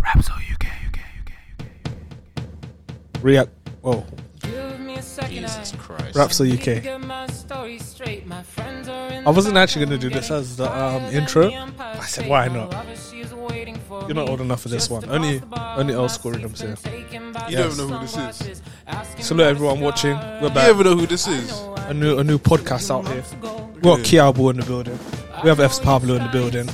Absol UK, UK, UK, UK. React. Whoa. Give me a second. Jesus I Christ. Rhapsody need to UK. get my story straight. My friends are in I wasn't the actually gonna do bathroom this as the, getting um, tired of intro. the Empire I said, State. why My not? lover, she's waiting for You're not me. old enough for this Just one. across Only- the bar, only my El Scoring seat's himself. been taken by You the don't know who this is. sunglasses. Asking Salute about a everyone watching. cigar. We're You back. ever know who this is? A new a new podcast out here. Go. We got Kiabo in the building. We have F's Pablo in the building.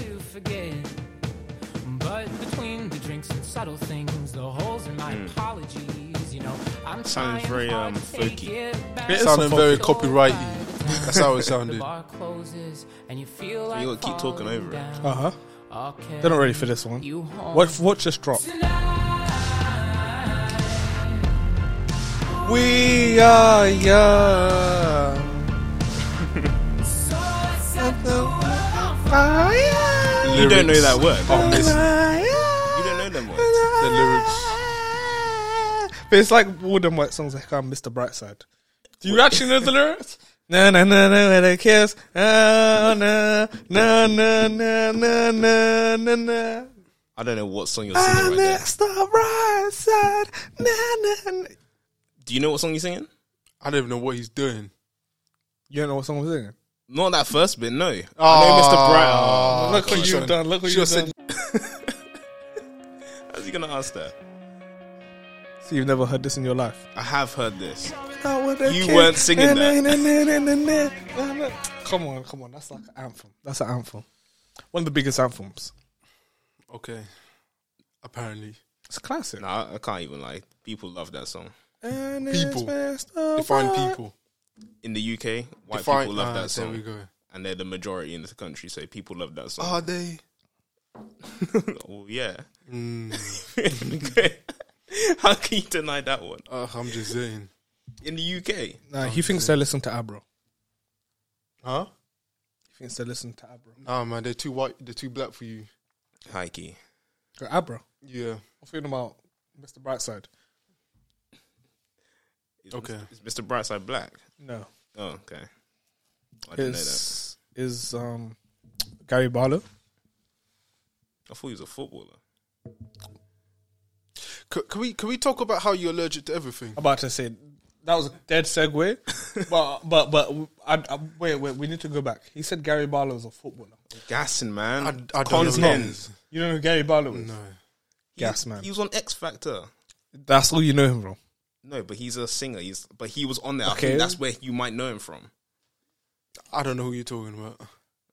But between the drinks and subtle things, the holes in my apologies, you know, I'm Hmm. Sounds trying very, hard um, to take folky. it back. Bit It's Sounding so very funky. copyrighty. That's how it sounded. The bar closes and you feel like gotta keep talking falling over it. down. Uh huh. I'll They're not carry ready for this one. you home What what just dropped? tonight. We are young. So I set the world on You don't know that word. Oh, miss. You don't know them words. The The lyrics. But it's like all them white songs like um, Mr. Brightside. Do you actually know the lyrics? Na na na na with a kiss. Ah, na na na na na na na na. I don't know what song you're Ah, singing right there. Mr. Brightside. Na na. na. Do you know what song you're singing? I don't even know what he's doing. You don't know what song was singing. Not that first bit, no. I know Mr. Bright. Oh, look what you've done. Look what you've Should've done. How's he gonna ask that? So you've never heard this in your life. I have heard this. Not with a You kiss. weren't singing Na, that. na, na, na, na, na, na, na. Come on, come on. That's like an anthem. That's an anthem. One of the biggest anthems. Okay. Apparently. It's a classic. Nah, I can't even lie. People love that song. And People. Define Define people. In the UK, white Define people love ah, that There we song, go. and they're the majority in the country, so people love that song. Are they? oh yeah. Mm, How can you deny that one? uh, I'm just saying. In the UK, Nah, he thinks they listen to Abro. Huh? He thinks they listen to Abro. Nah, man. They're too white. They're too black for you. Hikey. Go Abro. Yeah. I'm thinking about Mr. Brightside. Is Okay. Mr. Is Mr. Brightside black? No, Oh, okay. I didn't know that. is is um Gary Barlow? I thought he was a footballer. C- can we can we talk about how you're allergic to everything? I'm about to say that was a dead segue, but but but I, I, wait wait we need to go back. He said Gary Barlow is a footballer. Gassing man. I, I don't Content. know. what it is. You don't know who Gary Barlow is? No. He- Gas man. He was on X Factor. That's all you know him from. No, but he's a singer. He's but he was on there. I Okay. think that's where you might know him from. I don't know who you're talking about.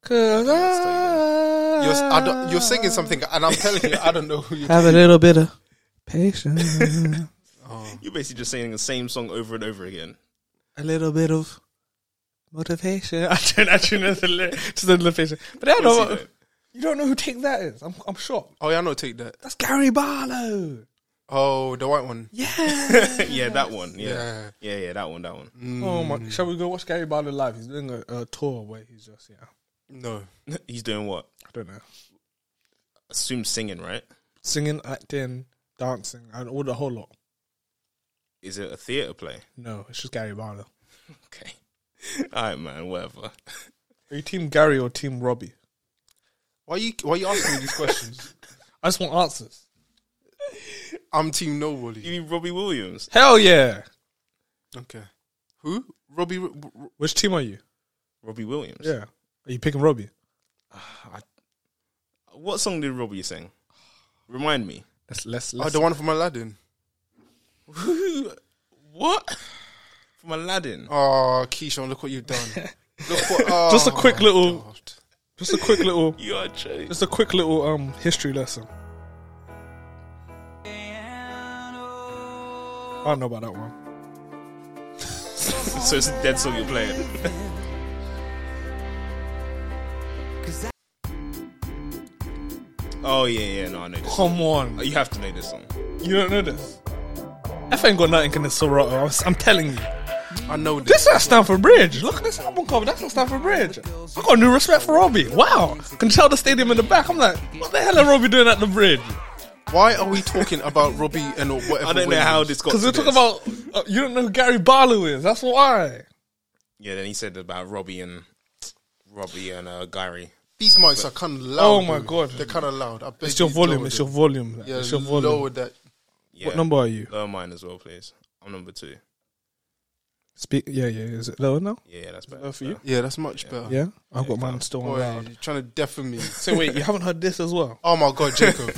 Cause You're, s- I don't, you're singing something, and I'm telling you, I don't know who you're have a little bit of patience, Uh. You're basically just singing the same song over and over again. a little bit of motivation. I don't actually know the li- to the location, but I Of course don't. you Know, don't. you don't know who Take That is. I'm I'm shocked. Oh, yeah, I know. Take that. That's Gary Barlow. Oh, the white one. Uh, Yeah. yeah, that one. Yeah. Yeah. yeah, yeah, that one, that one. oh my! Shall we go watch Gary Barlow live? He's doing a, a tour where he's just yeah. No. He's doing what? I don't know. Assume singing, right? Singing, acting, dancing, and all the whole lot. Is it a theater play? No, it's just Gary Barlow. Okay. All right, man. Whatever. Are you team Gary or team Robbie? Why you Why you asking me these questions? I just want answers. I'm Team Nobody. You mean Robbie Williams? Hell yeah! Okay. Who? Robbie. R- R- Which team are you? Robbie Williams. Yeah. Are you picking Robbie? What song did Robbie sing? Remind me. Let's let's oh, let's. the one from Aladdin. What? From Aladdin. Oh, Keyshawn, look what you've done. look what, oh, Just a quick little- God. Just a quick little. You are joking. Just a quick little um history lesson. I don't know about that one. So it's a dead song you're playing. oh yeah, yeah, no, I know this. Come on, You have to know this song. you don't know this. F ain't got nothing in the Serato. I'm, s- I'm telling you, I know this. this is at Stanford Bridge. Look at this album cover. That's at Stanford Bridge. I got new respect for Robbie. Wow, can tell the stadium in the back. I'm like, what the hell are Robbie doing at the bridge? Why are we talking about Robbie and whatever? I don't know how Williams? this got. Because to we're talking this. about uh, you don't know who Gary Barlow is. That's why. Yeah, then he said about Robbie and Robbie and uh, Gary. These mics are kind of loud. Oh my bro. God. They're kind of loud. I beg It's your you, volume. lower It's them. your volume. like, Yeah, it's your volume. lower that. Yeah. What number are you? Lower mine as well, please. I'm number two. Speak. Yeah, yeah. Is it lower now? Yeah, that's better. Lower for you? Yeah, that's much better. Yeah, I've got mine calm. still on Boy, loud. you're trying to deafen me. So wait, you haven't heard this as well? Oh my god, Jacob.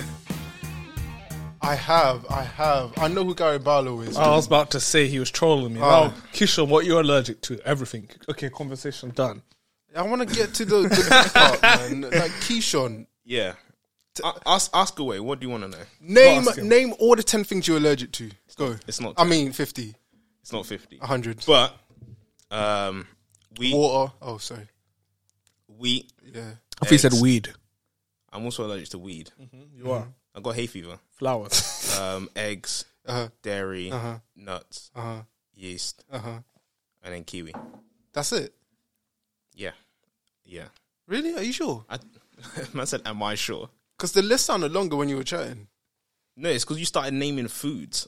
I have, I have. I know who Gary Barlow is. I was about to say he was trolling me. Oh. Now, Kishan, what you're allergic to? Everything. Okay, conversation done. I want to get to the, the good part, man. Like Keyshawn. Yeah. A- ask, ask away. What do you want to know? Name Go ask him. name all the 10 things you're allergic to. Go. it's not I 10. mean, 50, It's not 50. 100. But um, wheat, Water. Oh, sorry. wheat. Yeah. If he said Eggs. weed, I'm also allergic to weed. you are I got hay fever. flowers. Um, eggs, Uh-huh. dairy, Uh-huh. nuts, Uh-huh. yeast, Uh-huh. and then kiwi. That's it. Yeah. Yeah. Really? Are you sure? I, man said, am I sure? Because the list sounded longer when you were chatting. No, it's because you started naming foods.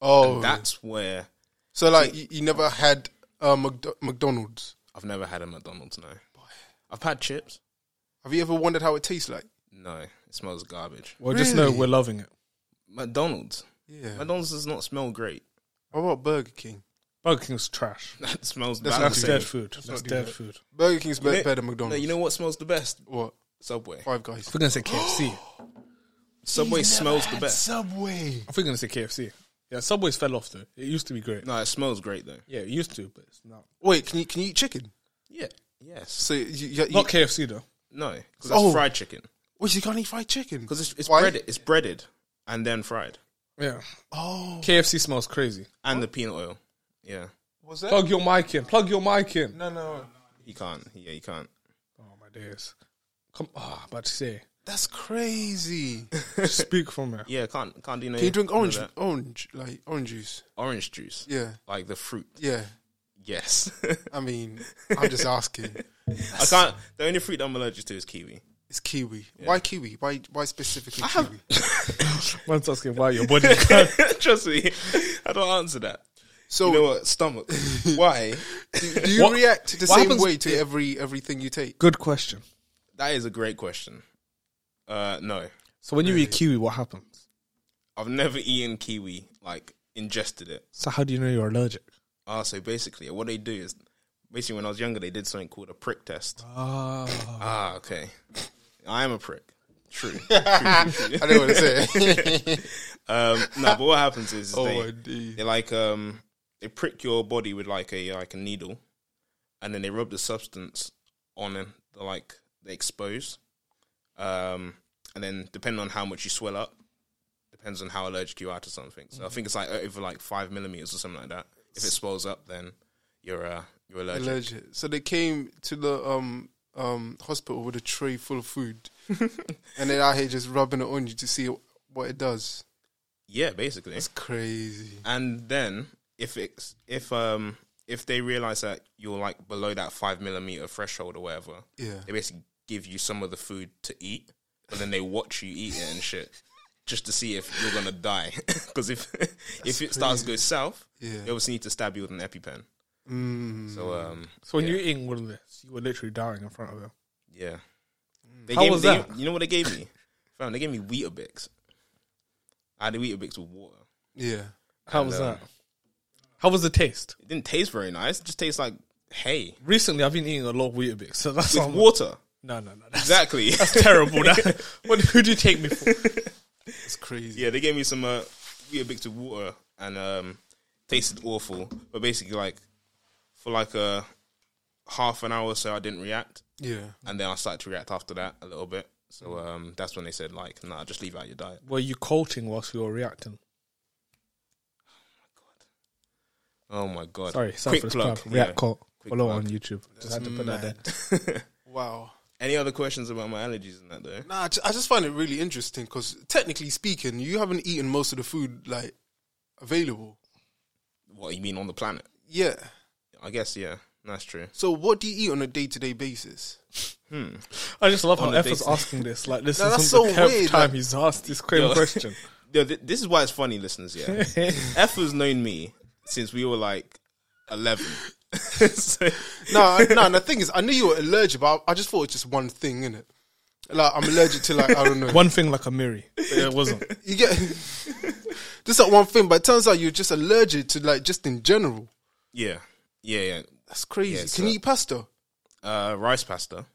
Oh. That's where so, like, you, you never had uh, Mcd- McDonald's. I've never had a McDonald's. No, I've had chips. Have you ever wondered how it tastes like? No, it smells garbage. Well, just know Really? we're loving it. McDonald's. Yeah. McDonald's does not smell great. What about Burger King? Burger King's trash. That smells That's bad. not That's do dead that. food. That's do dead that. food. Burger King's be- You know- better than McDonald's. No, you know what smells the best? what? Subway. Five Guys. If we're gonna say KFC, Subway smells the best. Subway. if we're gonna say KFC, yeah, Subway's fell off though. It used to be great. no, it smells great though. Yeah, it used to, but it's not. Wait, can you can you eat chicken? Yeah. Yes. So you, you, you Not KFC though. No, because that's Oh. fried chicken. wait, you can't eat fried chicken Because it's, it's Why? breaded. It's breaded and then fried. Yeah, Oh, KFC smells crazy. And the peanut oil. Yeah. was that? Plug your mic in. Plug your mic in. No, no, He can't. Yeah, he can't. Oh my days. Come, ah, about to say. that's crazy. Speak from there. Yeah, can't can't do no. Can you drink none of orange, that. orange like orange juice? Orange juice. Yeah, Like the fruit. yeah. Yes. I mean, I'm just asking. I can't. The only fruit I'm allergic to is kiwi. It's kiwi. Why kiwi? Why why specifically kiwi? Man's asking why your body. Trust me, I don't answer that. So You know what? Stomach. Why? do, do you What- react the what same happens- way to every everything you take? Good question. That is a great question. Uh, no, So when you eat kiwi, what happens? I've never eaten kiwi. Like ingested it. So how do you know you're allergic? Ah, so basically, what they do is, basically, when I was younger, they did something called a prick test. Ah, Ah, okay. I am a prick. True. I don't want to say. Um, no, but what happens is, is oh, they, indeed. they like um they prick your body with like a like a needle, and then they rub the substance on it, the, like they expose, um, and then depending on how much you swell up, depends on how allergic you are to something. So I think it's like over like five millimeters or something like that. If it swells up, then you're uh, you're allergic. Allergic. So they came to the um um hospital with a tray full of food, and then I here just rubbing it on you to see what it does. yeah, basically. It's crazy. and then if it's if um if they realize that you're like below that five millimeter threshold or whatever, Yeah. they basically give you some of the food to eat, but then they watch you eat it and shit, just to see if you're gonna die. Because if if it starts to go south, Yeah. they obviously need to stab you with an EpiPen. Mm. So um, so when you were eating all of this, you were literally dying in front of them. yeah, Mm. they How gave was me, they- that? You know what they gave me? Fam, they gave me Weetabix. I had a Weetabix with water. Yeah. How And, was um, that? How was the taste? It didn't taste very nice. It just tastes like hay Recently, I've been eating a lot of Weetabix, so that's with why I'm- water. No, no, no, that's Exactly. terrible. That, what, who do you take me for? It's crazy. yeah, they gave me some uh, weird bits of water and um, tasted awful. But basically, like for like a half an hour or so, I didn't react, Yeah. and then I started to react after that a little bit. So um, that's when they said like, "Nah, just leave out your diet." Were you colting whilst you were reacting? Oh my god! Sorry, quick selfless plug. plug. React Yeah. cult. Quick Follow plug. Mm, on YouTube. Just had to put that there. Wow. Any other questions about my allergies and that though? Nah, I ju- I just find it really interesting because technically speaking, you haven't eaten most of the food like available. What you mean on the planet? Yeah. I guess yeah, that's true. So what do you eat on a day to day basis? I just love how On the F is dates. asking this. Like this No, is that's the so tenth weird, time like- he's asked this same Yo. question. Yo, th- this is why it's funny, listeners. Yeah, F has known me since we were like eleven. so, no, I- no. And the thing is, I knew you were allergic, but I, I just thought it's just one thing, innit? Like I'm allergic to like I don't know. One thing like a mirror. It wasn't. you get just that one thing, but it turns out you're just allergic to like just in general. yeah, yeah, yeah. That's crazy. Yeah, Can so- you eat pasta? Uh, rice pasta.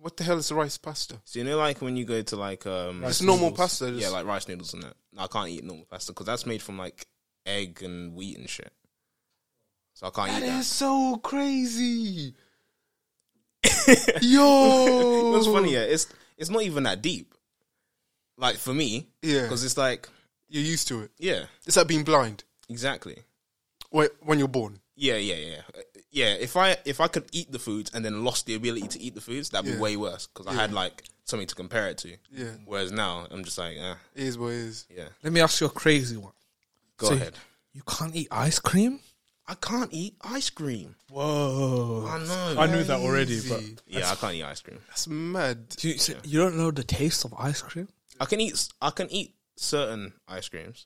What the hell is rice pasta? So you know, like when you go to like um, It's normal pasta. yeah, just- like rice noodles and that. No, I can't eat normal pasta because that's made from like egg and wheat and shit. So I can't that eat that. is so crazy. Yo, What's funny, yeah, it's it's not even that deep. Like for me, Yeah. because it's like You're used to it. yeah, It's like being blind exactly. when when you're born. Yeah, yeah, yeah, Uh, yeah. If I if I could eat the foods and then lost the ability to eat the foods, that'd be Yeah. way worse because I had like something to compare it to. Yeah. Whereas now I'm just like, eh, It is what it is. yeah, Let me ask you a crazy one. go So ahead. You can't eat ice cream? I can't eat ice cream. Whoa. I know. I knew that already, but Crazy. yeah, I can't eat ice cream. That's mad. do you, so you don't know the taste of ice cream? I can eat s- I can eat certain ice creams.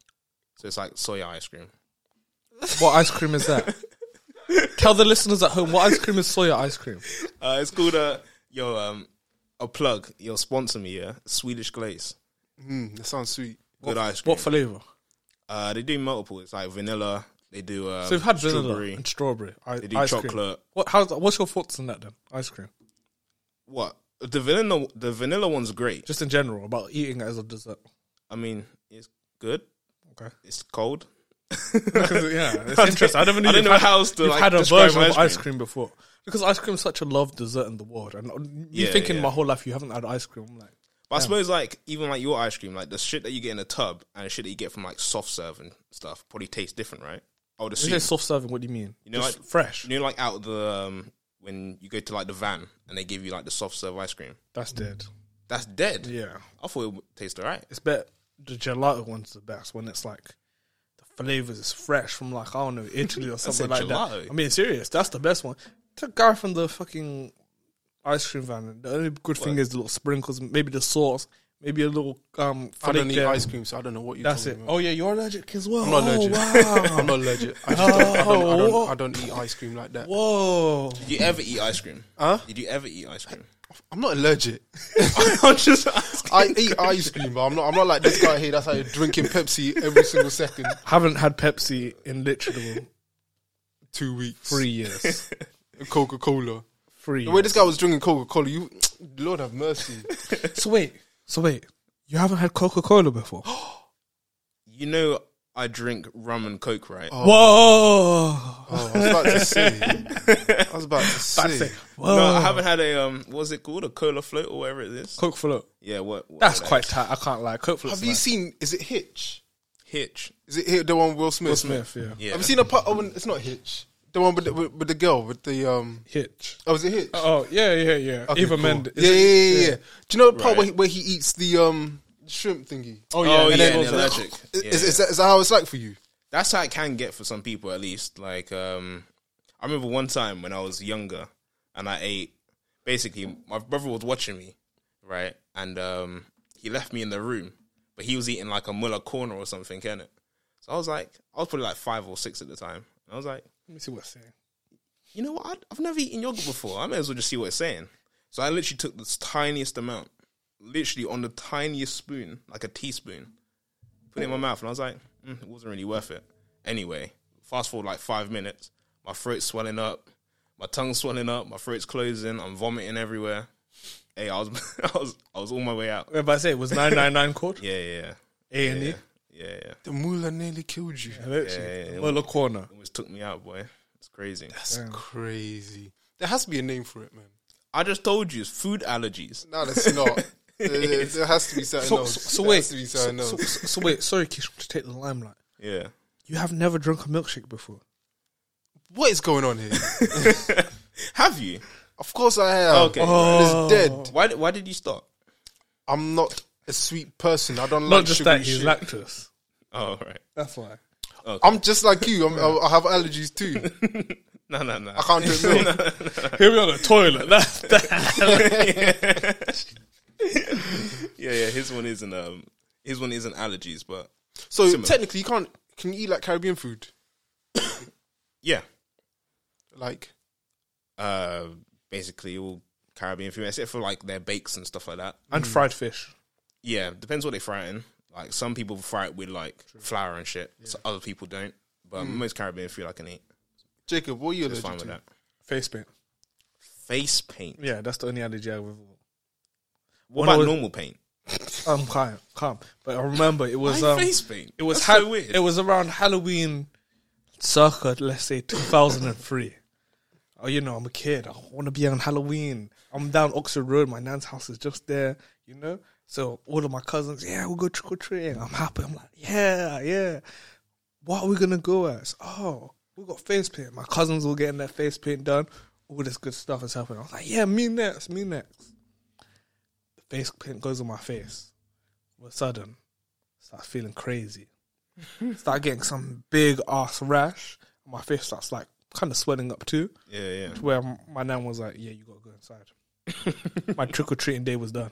So it's like soy ice cream. What ice cream is that? Tell the listeners at home what ice cream is soya ice cream. Uh, it's called a yo um a plug. You'll sponsor me, yeah. Swedish glaze, Mm, that sounds sweet. good ice cream. What flavor? uh, they do multiple. It's like vanilla. They do um, So we've had vanilla strawberry. and strawberry. I, They do ice chocolate. Cream. What? How's that, what's your thoughts on that then? Ice cream, What the vanilla? The vanilla one's great. just in general about eating it as a dessert. I mean, it's good. Okay. It's cold. yeah, it's interesting. I never knew I didn't you've know how else to you've like had a describe version of ice ice cream before because ice cream is such a loved dessert in the world. And you Yeah, thinking yeah. my whole life you haven't had ice cream. I'm like, But I suppose like even like your ice cream, like the shit that you get in a tub and the shit that you get from like soft serve and stuff, probably tastes different, right? I would when assume. you say soft serving, what do you mean? You know, Just like- fresh. You know, like out of the um, when you go to like the van and they give you like the soft serve ice cream. That's dead. That's dead. Yeah, I thought it would taste alright. it's better. The gelato one's the best when it's like the flavors is fresh from like I don't know Italy or something like gelato. that. I mean, serious. That's the best one. The guy from the fucking ice cream van. The only good thing is the little sprinkles, maybe the sauce, maybe a little um. I don't flake eat there. ice cream, so I don't know what you're That's it. talking about. Oh yeah, you're allergic as well. I'm not oh, allergic. Wow. I'm not allergic. I, just don't, I, don't, I, Oh. don't, I don't eat ice cream like that. Whoa. Did you ever eat ice cream? Huh? Did you ever eat ice cream? I'm not allergic. I'm just asking. I eat ice cream, but I'm not. I'm not like this guy here. That's how you're drinking Pepsi every single second. Haven't had Pepsi in literally Two weeks, three years. Coca Cola. Three. The way this guy was drinking Coca Cola, you, Lord have mercy. So wait. So wait. You haven't had Coca Cola before. You know, I drink rum and coke, right? Whoa. Oh, I was about to say. I was about to say. That's it. Whoa. No, I haven't had a um. What's it called? A cola float or whatever it is. Coke float. Yeah, what? what That's that quite is. tight. I can't lie. Coke float. Have you seen? Is it Hitch? hitch. Is it Hitch, the one with Will Smith? Smith? Yeah. Yeah. Have you seen a part? Oh, it's not Hitch. The one with the, with, with the girl with the um. Hitch. Oh, is it Hitch? Oh yeah, yeah, yeah. Okay, Eva cool. Mendes. Yeah, yeah, yeah, yeah. Do you know the part where Right. he, where he eats the um shrimp thingy? Oh yeah. Oh and yeah, then and also- allergic. Is, Yeah, is, yeah. is, that, is that how it's like for you? That's how it can get for some people, at least. Like, um, I remember one time when I was younger, and I ate. Basically, my brother was watching me, right, and um, he left me in the room, but he was eating like a Muller corner or something, can it? So I was like, I was probably like five or six at the time. I was like, Let me see what's saying. you know what? I'd, I've never eaten yogurt before. I may as well just see what it's saying. So I literally took the tiniest amount, literally on the tiniest spoon, like a teaspoon, put it in my mouth, and I was like, mm, it wasn't really worth it. Anyway, fast forward like five minutes, my throat's swelling up, my tongue's swelling up, my throat's closing, I'm vomiting everywhere. Hey, I was, I was, I was all my way out. Remember I say it was nine nine nine called Yeah, yeah, A yeah, and E. yeah, yeah, yeah. The moolah nearly killed you. Yeah, yeah, Literally. yeah. Well, the corner. Almost took me out, boy. It's crazy. That's crazy. There has to be a name for it, man. I just told you, it's food allergies. No, that's not. there, there has to be something So, else. so, so There wait. has to be So, something so, else. so wait. Sorry, Kish, to take the limelight. Yeah. You have never drunk a milkshake before. What is going on here? Have you? of course I have. Okay. Oh. It's dead. Oh, Why? Why did you stop? I'm not a sweet person. I don't Not like just sugary that, he's shit. lactose. Oh right. That's why. I'm just like you. I'm, I I have allergies too. No, no, no. I can't drink milk. Here we are on the toilet. That's that. Yeah, yeah. His one isn't um. His one isn't allergies, but So Similar. technically, you can't. Can you eat like Caribbean food? yeah. Like, Uh, basically all Caribbean food, except for like their bakes and stuff like that. and fried fish. Yeah, depends what they fry it in. Like some people fry it with like flour and shit, so other people don't. But Mm. most Caribbean food I can eat. Jacob, what are you It's allergic fine with to? that. Face paint. Face paint. Yeah, that's the only allergy I have. ever- What When I about was- normal paint? Um, calm, calm. But I remember it was Why um, face paint. It was That's ha- so weird. It was around Halloween, circa let's say 2003. oh, you know, I'm a kid. I want to be on Halloween. I'm down Oxford Road. My nan's house is just there. You know, so all of my cousins, yeah, we'll go trick or treating. I'm happy. I'm like, yeah, yeah. What are we gonna go as? Oh, we got face paint. My cousins were getting their face paint done. All this good stuff is happening. I was like, yeah, me next, me next. Face paint goes on my face. All of a sudden, start feeling crazy. start getting some big ass rash. My face starts like kind of swelling up too. yeah, yeah. Where m- my nan was like, "Yeah, you gotta go inside." my trick or treating day was done.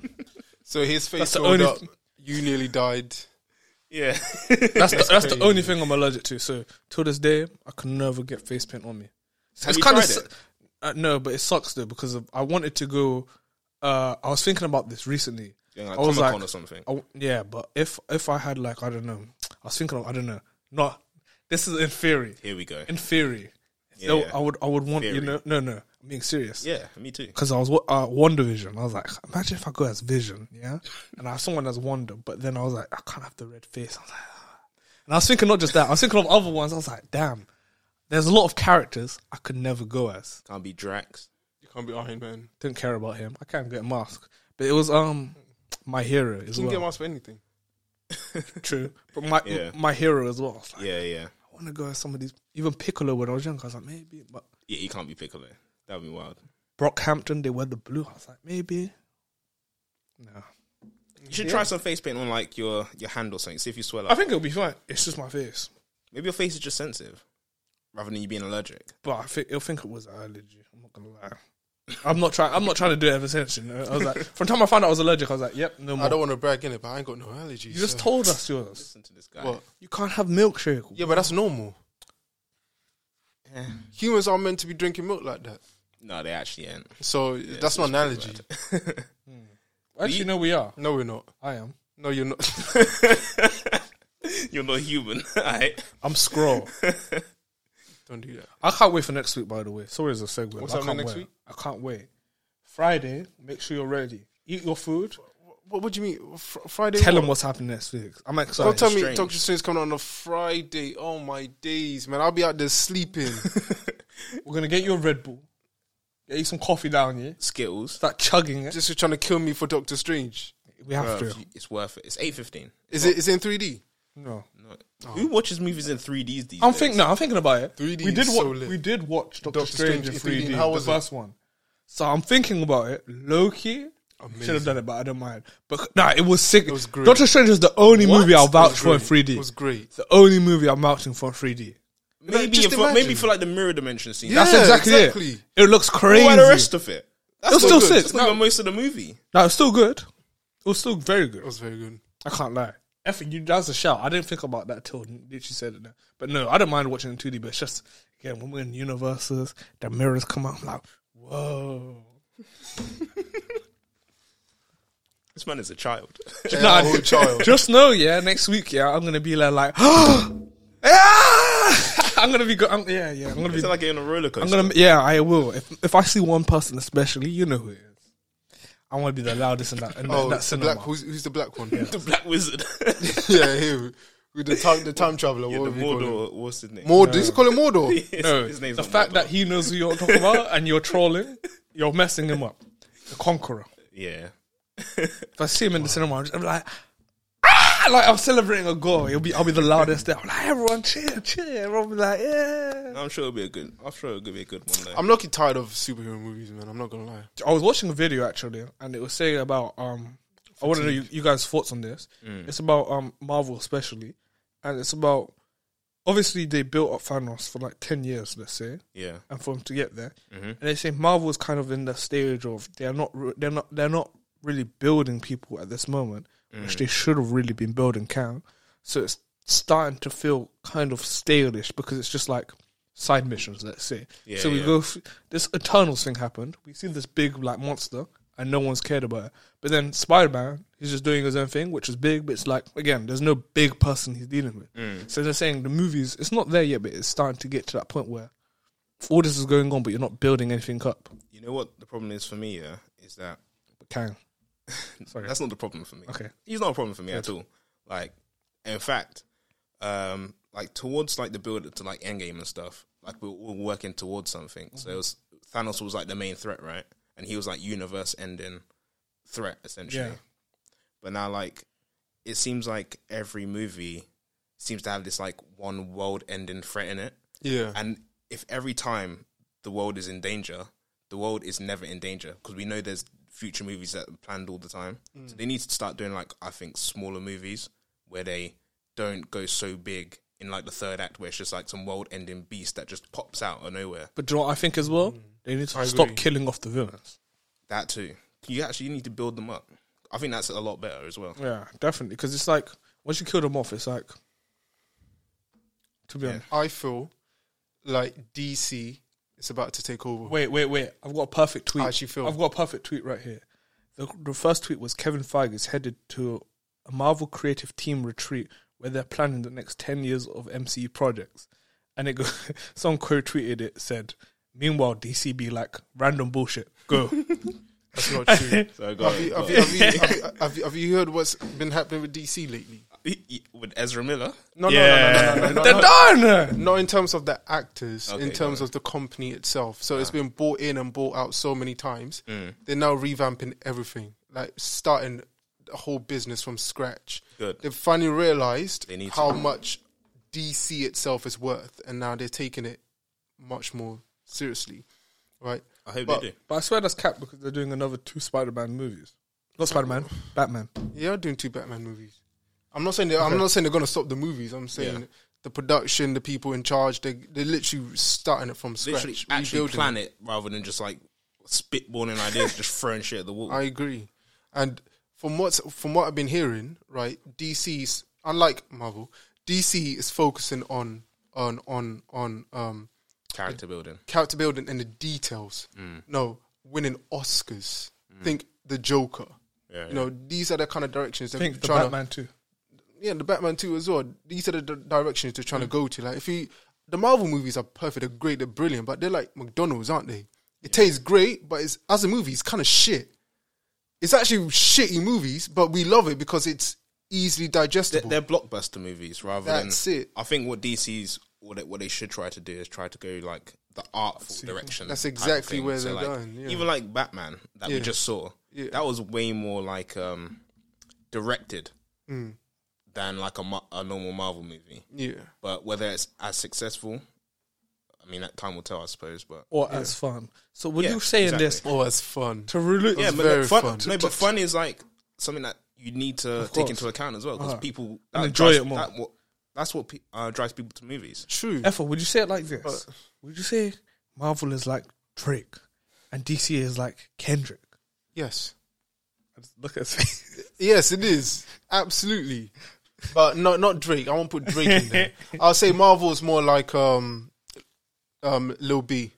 So his face That's the swelled only up. thing- You nearly died. Yeah. That's the, that's the only thing I'm allergic to. So till this day, I can never get face paint on me. Have you kinda tried su- it? uh, no, but it sucks though because of, I wanted to go. Uh, I was thinking about this recently. Yeah, like I was Comic-Con or something. I w- yeah, but if if I had like I don't know, I was thinking of, I don't know. Not this is in theory. Here we go. in theory. Yeah, No, yeah. I would, I would want you Theory. know, no, no. I'm being serious. Yeah, me too. Because I was wa- uh, Wonder Vision. I was like, imagine if I go as Vision, yeah, and I have someone as Wonder. But then I was like, I can't have the red face. I was like, ah. and I was thinking not just that. I was thinking of other ones. I was like, damn, there's a lot of characters I could never go as. Can't be Drax. You can't be Iron Man. Didn't care about him. I can't get a mask. But it was um my hero as You can get well. masked for anything. True, but my Yeah. my hero as well. I, was like, Yeah, yeah. I want to go as some of these. Even Piccolo when I was young, I was like maybe, but Yeah, you can't be Piccolo. That would be wild. Brockhampton, they wear the blue. I was like, maybe. No. You should try some face paint on like your your hand or something. See if you swell I up. think it'll be fine. It's just my face. Maybe your face is just sensitive, rather than you being allergic. But I think it'll think it was an allergy. I'm not gonna lie. I'm not trying I'm not trying to do it ever since, you know. I was like from the time I found out I was allergic, I was like, Yep, no more. I don't want to brag in it, but I ain't got no allergies. you just so- told us yours. Listen to this guy. What? You can't have milkshake. Yeah, but that's normal. Humans aren't meant to be drinking milk like that. No, they actually ain't. So that's not an allergy. Actually no we are. No, we're not. I am. No, you're not. You're not human, alright? I'm scroll. Don't do that. I can't wait for next week by the way. Sorry as a segue. but What's I happening can't next wait. week? I can't wait. Friday, make sure you're ready. Eat your food. What, what do you mean? Fr- Friday? Tell what? them what's happening next week. I'm excited. Don't tell me strange. Doctor Strange's coming on a Friday. Oh my days, man! I'll be out there sleeping. We're gonna get you a Red Bull. Get you some coffee down here. Skittles. Start chugging it. just for trying to kill me for Doctor Strange. we have Bruv, to. you- it's worth it. It's eight fifteen. Is it? Is it in three D? No, Who watches movies in three Ds these I'm days? thinking. No, I'm thinking about it. 3D we did is watch. so lit. We did watch Doctor, Doctor Strange, Strange in 3D. 3D. How the was it? first one. So I'm thinking about it. Loki. Should have done it, but I don't mind. But nah, it was sick. It was great. Doctor Strange is the only movie I'll vouch for in great. 3D. It was great. It's the only movie I'm vouching for in 3D. Like, Maybe just if- maybe imagine. for like the mirror dimension scene. Yeah, That's exactly, exactly. it. It looks crazy. That's why the rest of it. That's it was not still good. sick. That's not No, even most of the movie. no, it was still good. It was still very good. It was very good. I can't lie. F you, that's a shout. I didn't think about that till literally said it. Now. But no, I don't mind watching in 2D, but it's just, again, when we're in universes, the mirrors come out, I'm like, whoa. This man is a child. Nah, whole child. Just know, yeah, next week, yeah, I'm going to be like, like ah! I'm going to be, go- I'm, yeah, yeah, I'm going to It's be, like getting on a roller coaster. I'm going to, yeah, I will. If if I see one person especially, you know who it is. I want to be the loudest in that, in Oh, that the cinema. black. Who's, who's the black one? the Black Wizard. yeah, here with the time the time traveler. yeah, the what do we call it? Mordor. What's his name? Mordor. Did you call it Mordor? His- No, his name's the not fact Mordor. that he knows who you're talking about and you're trolling, you're messing him up. The Conqueror. Yeah. If I see him in the cinema, I'm, just, I'm like, ah, like I'm celebrating a goal. He'll be, I'll be the loudest there. I'm like, everyone cheer, cheer. Everyone be like, yeah. I'm sure it'll be a good. I'm sure it'll be a good one though. I'm lucky tired of superhero movies, man. I'm not gonna lie. I was watching a video actually, and it was saying about um, I want to know you, you guys' thoughts on this. It's about um Marvel especially, and it's about obviously they built up Thanos for like ten years, let's say. yeah. and for him to get there. Mm-hmm. And they say Marvel's kind of in the stage of they're not re- they're not they're not really building people at this moment, which Mm. they should have really been building Cam. So it's starting to feel kind of stalish because it's just like side missions. Let's say. Yeah, so we yeah. go. F- this Eternals thing happened. We see this big like monster, and no one's cared about it. But then Spider Man, he's just doing his own thing, which is big. But it's like again, there's no big person he's dealing with. Mm. So they're saying the movies, it's not there yet, but it's starting to get to that point where all this is going on, but you're not building anything up. You know what the problem is for me, yeah, is that But can Sorry. that's not the problem for me. Okay. he's not a problem for me at all. Like, in fact, um, like towards like the build up to like Endgame and stuff, like we were all working towards something. Mm-hmm. So it was Thanos was like the main threat, right? And he was like universe ending threat essentially. Yeah. But now, like, it seems like every movie seems to have this like one world ending threat in it. Yeah. And if every time the world is in danger, the world is never in danger because we know there's future movies that are planned all the time. Mm. So they need to start doing like I think smaller movies where they don't go so big in like the third act where it's just like some world-ending beast that just pops out of nowhere. But do you know what I think as well? They need to stop agree. killing off the villains. That too. You actually need to build them up. I think that's a lot better as well. Yeah, definitely. Because it's like once you kill them off, it's like to be honest. I feel like DC is about to take over. Wait, wait, wait! I've got a perfect tweet. I actually feel- I've got a perfect tweet right here. The, the first tweet was Kevin Feige is headed to a Marvel creative team retreat where they're planning the next ten years of MCU projects. And it go, someone quote tweeted it said, "Meanwhile, DC be like random bullshit. Go." That's not true. So go, Have you, have, you, have, you, have, you, have, you, have you heard what's been happening with DC lately? with Ezra Miller. No, no, no, no, Yeah. no, no, no, they're no. done. Not in terms of the actors, Okay, in terms got it. Ah. of the company itself. So it's been bought in and bought out so many times. Mm. They're now revamping everything, like starting the whole business from scratch. Good. They've finally realized They need how to. much DC itself is worth, and now they're taking it much more seriously, right? I hope But- they do. But I swear that's cap because they're doing another two Spider-Man movies. Not Spider-Man, Batman. They are doing two Batman movies. I'm not saying they, I'm not saying they're going to stop the movies. I'm saying Yeah. the production, the people in charge, they they're literally starting it from scratch, Literally, actually rebuilding plan it rather than just like spitballing ideas, just throwing shit at the wall. I agree. And from what's from what I've been hearing, right, DC's unlike Marvel, DC is focusing on on on on um Character building. character building and the details. Mm. No, winning Oscars. Think the Joker. Yeah, You know, these are the kind of directions they're I think the trying Batman too. to. Yeah, the Batman too as well. These are the d- directions they're trying to go to. Like if you, the Marvel movies are perfect, they're great, they're brilliant, but they're like McDonald's, aren't they? It tastes great, but it's as a movie, it's kind of shit. It's actually shitty movies, but we love it because it's easily They're, digestible. they're blockbuster movies rather That's than. it. I think what DC's what they, what they should try to do is try to go like the artful direction. That's type of exactly thing. where So, they're like, going, yeah. Even like Batman that we Yeah. just saw, that was way more like um, directed than like a, mo- a normal Marvel movie. Mm. yeah, But whether it's as successful, I mean, that time will tell, I suppose. But or as fun. So when Yeah, you're saying this oh, that's fun. to really, yeah, but very like, fun, fun. No, but fun is like something that you need to take into account as well because people that Uh-huh. enjoy drives- it more. That, what, that's what pe- uh, drives people to movies. True. Effa, would you say it like this? would you say Marvel is like Drake and DC is like Kendrick? yes. Look at his face. Yes, it is absolutely, but not not Drake. I won't put Drake in there. I'll say Marvel's more like um um Lil B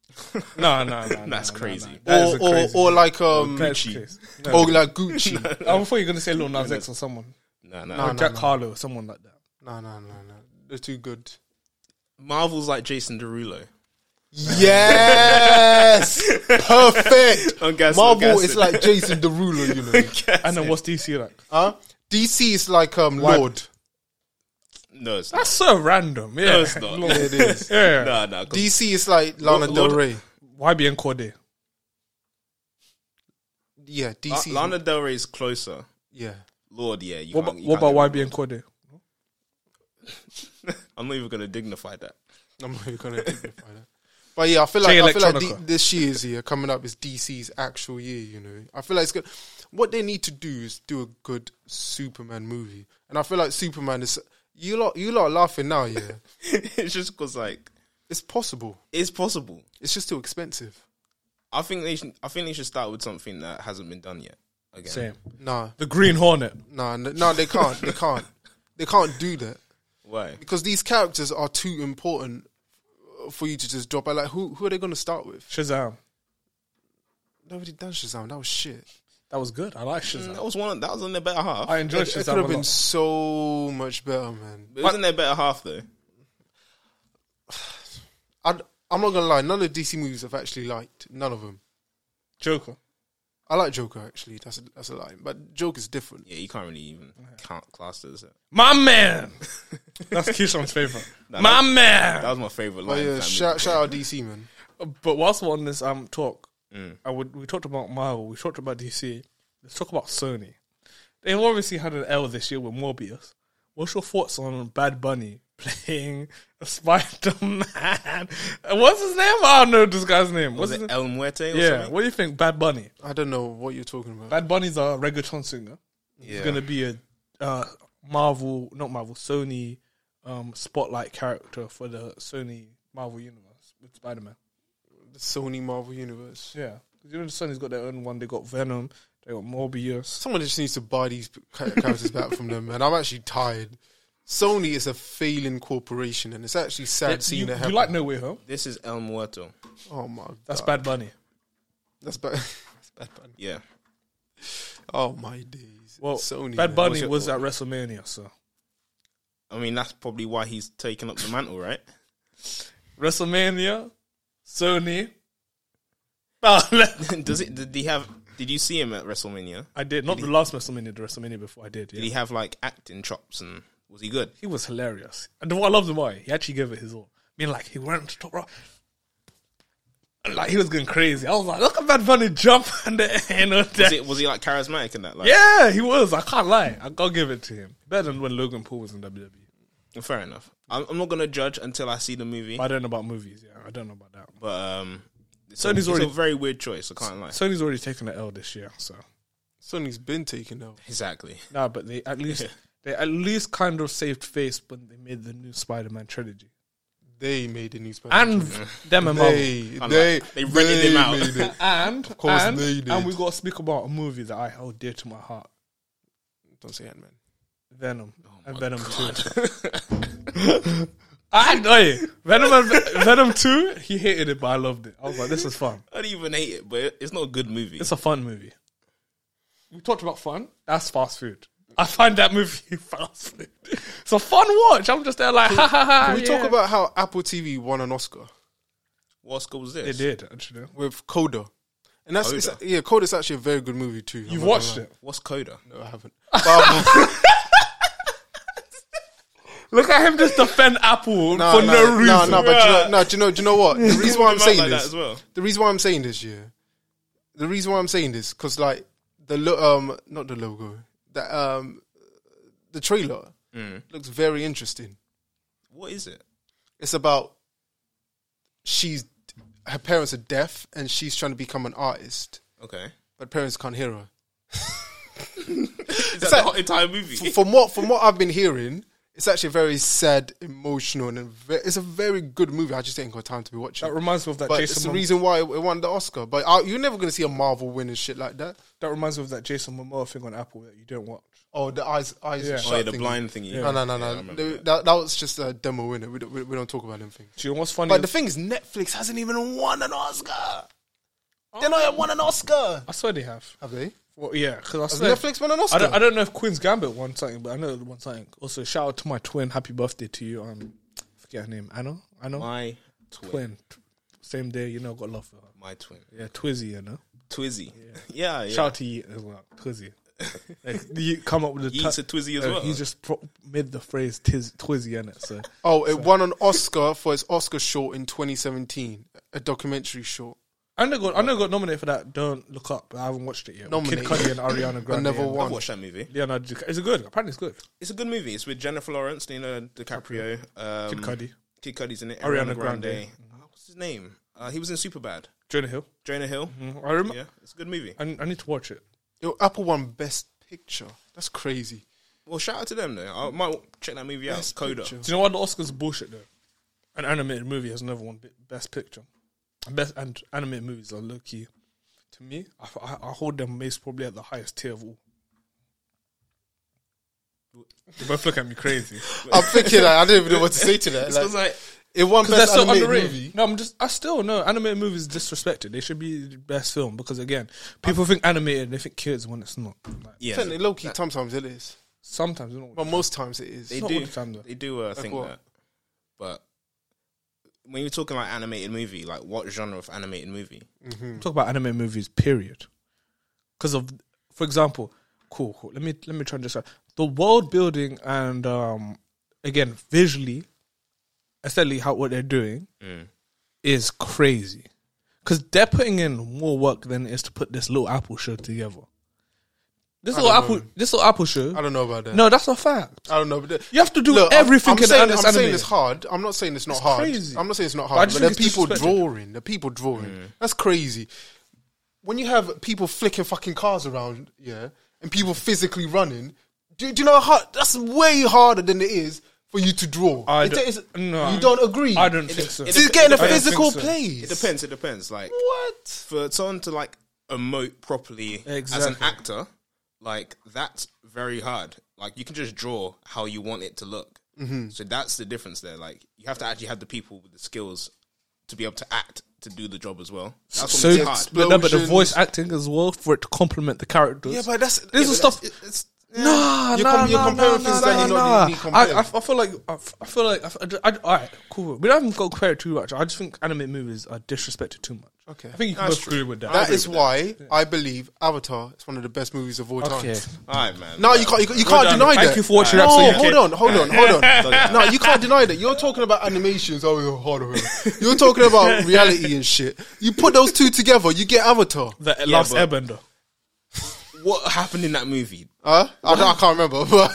no, no, no, That's crazy. or or, or like um That's Gucci. crazy. or like Gucci. I thought you were gonna say Lil Nas X or someone, No, no. or Jack Harlow or someone like that. No, no, no, no. They're too good. Marvel's like Jason Derulo. Yes, perfect. I'm guessing, I'm Marvel is guessing. like Jason Derulo, you know. And then what's DC like? Huh? DC is like um Lord. No, it's not. That's so random. Yeah, No, it's not. Lord. It is. yeah. No, no. 'cause DC is like Lana Lord- Del Rey. YBN Corday. Yeah, La- DC. is- Lana Del Rey's closer. Yeah. Lord, yeah. You What can't, about, you what can't about YBN Corday? get- I'm not even going to dignify that. I'm not even gonna dignify that. But yeah, I feel like Jay I feel like D- Electronica. this year's year coming up is DC's actual year. You know, I feel like it's good. What they need to do is do a good Superman movie, and I feel like Superman is you lot. You lot are laughing now. Yeah, it's just because, like, it's possible. it's possible. It's just too expensive. I think they should. I think they should start with something that hasn't been done yet. Again, Same. Nah, The Green Hornet. nah, n- nah. They can't. They can't. They can't do that why? because these characters are too important for you to just drop out. Like, who who are they going to start with? Shazam. Nobody done Shazam. That was shit. That was good. I like Shazam. That was one. That was in their better half. Mm. I enjoyed It, could Shazam a have been lot. so much better, man. it was in their better half though. i I'm not gonna lie. None of the DC movies I've actually liked. None of them. Joker. I like Joker actually. That's a, that's a lie. But Joker's different. Yeah, you can't really even can't class it as it. My man. That's Keyshawn's favorite. My man. That was my favorite But line. Oh, yeah, shout, shout out DC man. But whilst we're on this um talk, I would we talked about Marvel, we talked about DC. Let's talk about Sony. They've obviously had an L this year with Morbius. What's your thoughts on Bad Bunny playing Spider Man? What's his name? I don't know this guy's name. was What's his it name? El Muerte? Or Yeah. something? What do you think, Bad Bunny? I don't know what you're talking about. Bad Bunny's a reggaeton singer. He's Yeah. gonna be a uh, Marvel, not Marvel, Sony um, spotlight character for the Sony Marvel universe with Spider Man. The Sony Marvel Universe. Yeah, because you know the Sony's got their own one. They got Venom. They got Morbius. Someone just needs to buy these cha- characters back from them, man. I'm actually tired. Sony is a failing corporation, and it's actually sad you, seeing it you happen. like No Way Home? This is El Muerto. oh my, god. That's Bad Bunny. That's bad. That's bad. Bunny. Yeah. Oh my days. Well, Sony. Bad man. Bunny What's it- was at WrestleMania, so I mean, that's probably why he's taking up the mantle, right? WrestleMania, Sony. Oh, Does it? Did he have? Did you see him at WrestleMania? I did not the last WrestleMania, the WrestleMania before I did. Did Yeah. he have like acting chops and was he good? He was hilarious, and what I loved about it, he actually gave it his all. Being like he went to top rock. And, Like he was going crazy. I was like, look at Bad Bunny jump and the end of Was that. it? Was he like charismatic in that? Like, Yeah, he was. I can't lie. I gotta give it to him. Better than when Logan Paul was in E. WWE. Fair enough. I'm, I'm not gonna judge until I see the movie. But I don't know about movies. Yeah, I don't know about that. But um, it's, Sony's a, it's already- a very weird choice. I can't lie. Sony's already taken the L this year, so Sony's been taken out. exactly. nah. But they at least they at least kind of saved face when they made the new Spider-Man trilogy They made the news. and them and Marvel. they, I'm they, like, they rented him out. made it. And of course and, they did. and we got to speak about a movie that I hold dear to my heart: Don't say Ant Man. Venom and Venom Two. I know it. Venom and Venom Two. He hated it, but I loved it. I was like, this is fun. I don't even hate it, but it's not a good movie. It's a fun movie. We talked about fun. That's fast food. I find that movie fast food. It's a fun watch. I'm just there like, ha ha ha. Can we talk about how Apple TV won an Oscar what Oscar was It this? did actually. with Coda, and that's it's, Coda? yeah, Coda's actually a very good movie too. You've watched it. What's Coda? No, I haven't. But I've- Look at him just defend Apple for no, reason. No, no, but you know, Yeah. no, do you know, do you know what? The reason why I'm Remember saying like that this, as well. the reason why I'm saying this, yeah, the reason why I'm saying this, because like the lo- um, not the logo, that um, the trailer looks very interesting. What is it? It's about she's her parents are deaf and she's trying to become an artist, Okay. but parents can't hear her. Is that the whole entire movie? F- From what from what I've been hearing, it's actually very sad, emotional, and a ve- it's a very good movie. I just ain't got time to be watching. That reminds me of that But it's Jason. the Momoa, reason why it won the Oscar. But uh, you're never going to see a Marvel win and shit like that. that reminds me of that Jason Momoa thing on Apple that you don't watch. Oh, the eyes, eyes Yeah. shut oh, yeah, the thing. blind thingy. No, no, no, Yeah, I no. remember That, that. that was just a demo in it. We don't, we, we don't talk about them things. Do you know what's funny? But the thing is, Netflix hasn't even won an Oscar. They not yet won an Oscar. I swear they have. Have they? Well, yeah, because I Has swear. Netflix won an I Oscar? don't, I don't know if Queen's Gambit won something, but I know it won something. Also, shout out to my twin. Happy birthday to you. Um, forget her name. Anna. Anna. My twin. twin. T- Same day, you know, got love for her. My twin. Yeah, Twizzy, you know. Twizzy. Yeah, yeah. Shout out to Yeet as well, Twizzy. like, you come up with the Yeet's a Twizzy as well. He's just pro- made the phrase tiz- Twizzy in it. So oh, it won an Oscar for its Oscar short in 2017, a documentary short. I know got I know got nominated for that. Don't look up. I haven't watched it yet. Nominated. Kid Cudi and Ariana Grande. never and won. I've watched that movie. Leonardo. DiCaprio. It's good. Apparently, it's good. It's a good movie. It's with Jennifer Lawrence, Leonardo DiCaprio, um, Kid Cudi, Kid Cudi's in it. Ariana Ariana Grande. Grande. Uh, What's his name? Uh, he was in Superbad. Jonah Hill. Jonah Hill. I remember. Yeah, it's a good movie. I, I need to watch it. Yo, Apple won Best Picture. That's crazy. Well, shout out to them though. I might check that movie out. Coda. Picture. Do you know why the Oscars are bullshit though? An animated movie has never won Be- Best Picture. And Best and animated movies are low key. To me, I, I, I hold them mace probably at the highest tier of all. They both look at me crazy. I'm thinking, like, I don't even know what to say to that. It's 'cause, Like, like If one Because best they're so animated underrated. movie, No, I'm just. I still no. Animated movies disrespected. They should be the best film because again, people think animated. and They think kids when it's not. Like, Yeah, technically, low key, sometimes it is, sometimes it's not. but most times it is. they not do. all the time, though. they do uh, think what? that, but when you're talking like animated movie, like what genre of animated movie? talk about anime movies, period. Because of, for example, cool, cool. Let me let me try and describe the world building and um, again visually, aesthetically, how what they're doing Mm. is crazy. Because they're putting in more work than it is to put this little apple show together. This little don't apple, know. this little apple show. I don't know about that. No, that's a fact. I don't know. But the- You have to do Look, I'm- everything I'm, in saying, an I'm anime. saying it's hard. I'm not saying it's not It's hard. crazy. I'm not saying it's not I hard. just But, the think it's people disrespected. drawing, the people drawing, Mm. that's crazy. When you have people flicking fucking cars around, yeah, and people physically running, do, do you know how hard? That's way harder than it is for you to draw. I It don't- is- no. you don't agree. I don't think so. it- This is getting a I don't think physical so. place. It depends. It depends. Like What? for someone to like emote properly as an Exactly. actor, like that's very hard. Like you can just draw how you want it to look. Mm-hmm. So that's the difference there. Like you have to actually have the people with the skills to be able to act to do the job as well. That's what So, makes it hard. but, no, but the Explosions. voice acting as well for it to complement the characters. Yeah, but that's This yeah, is but stuff. that's- It's, Nah, You're nah, com- you're nah, comparing nah, things nah, that you nah, don't need- nah. need compared. I, I, I feel like I, f- I feel like I, f- I, ju- I, all right, cool. We don't even got to compare it too much. I just think anime movies are disrespected too much. Okay. I think you can That's both true. agree with that. that is why I believe Avatar is one of the best movies of all time. okay. All right, man. No, you can't. You, can't- you Well can't done. deny that. Thank you for watching No, Rhapsody, hold kid. on, hold on, hold Yeah. on. no, you can't deny that. You're talking about animations. Oh, you're hard. hard. You're talking about reality and shit. You put those two together, you get Avatar. The Last but- Airbender. What happened in that movie? Huh? I, don't- I can't remember.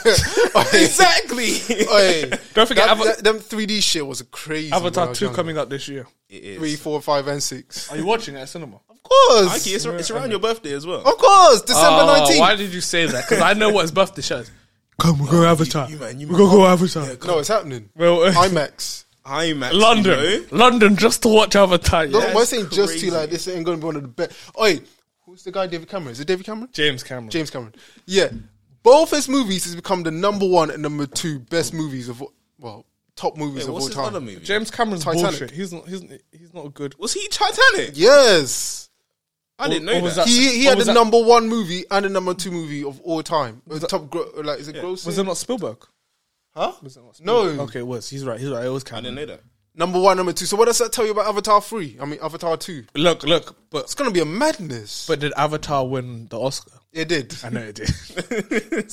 But exactly. Oi, Don't forget that, Ava- that- them 3D shit was crazy. when I Avatar was two younger. coming out this year. Uh, It is. Three, four, five, and six. Are you watching it at cinema? Of course, Mikey, it's, it's around your birthday as well. of course, December Oh, nineteenth. Why did you say that? Because I know what his birthday show is. Come, we will go Avatar. you man, you we will go Avatar. no, it's happening. Well, IMAX. IMAX. London, you know? London, just to watch Avatar. No, yeah. we're saying just crazy. two like this ain't gonna be one of the best. Oi, who's the guy? David Cameron? Is it David Cameron? James Cameron. James Cameron. Yeah. Both his movies has become the number one and number two best movies of all- well, top movies Wait, of what's all his time. other movie? James Cameron's Titanic. bullshit. He's not. He's he's not good. Was he Titanic? Yes. I didn't Or- know or was that. that- He he What had was the that? number one movie and the number two movie of all time. Uh, top gro- like is it gross? Was it not Spielberg? huh? Was it not No. Okay, it was. He's right. He's right. It was I Cameron. didn't know that. Number one, number two. So what does that tell you about Avatar three? I mean Avatar two. Look, look, but It's gonna be a madness. but did Avatar win the Oscar? it did. I know it did.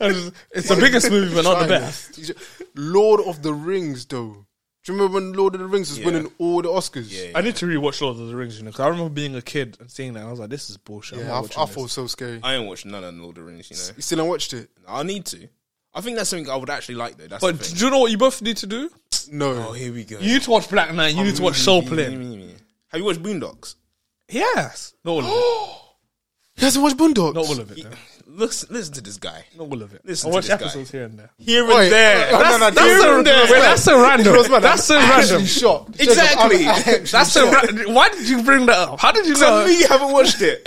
I was- it's the biggest movie, but not the China. best. He's- Lord of the Rings though. Do you remember when Lord of the Rings was winning all the Oscars? Yeah. I need to rewatch Lord of the Rings, you know, because I remember being a kid and seeing that. I was like, "This is bullshit." I'm Yeah, not I, watching I this. thought so scary. I ain't watched none of Lord of the Rings. You know. You still haven't watched it? I need to. I think that's something I would actually like though. That's But the do thing. you know what you both need to do? No. oh, here we go. You need to watch Black Knight. You need to watch Soul Mm. Plane. Have you watched Boondocks? Yes, not all of it. He hasn't watched Boondocks. Not all of it. though. Listen, listen to this guy. Not all of it. Listen I to watch this guy. episodes here and there. Here and Wait, there. oh, no, That's- no, that's James a- Cameron. random. Wait, that's so random. Rosman, That's so I'm random. actually shocked. Jacob, I'm Exactly. actually That's so. shocked. Ra- why did you bring that up? How did you I know? knew you haven't watched it.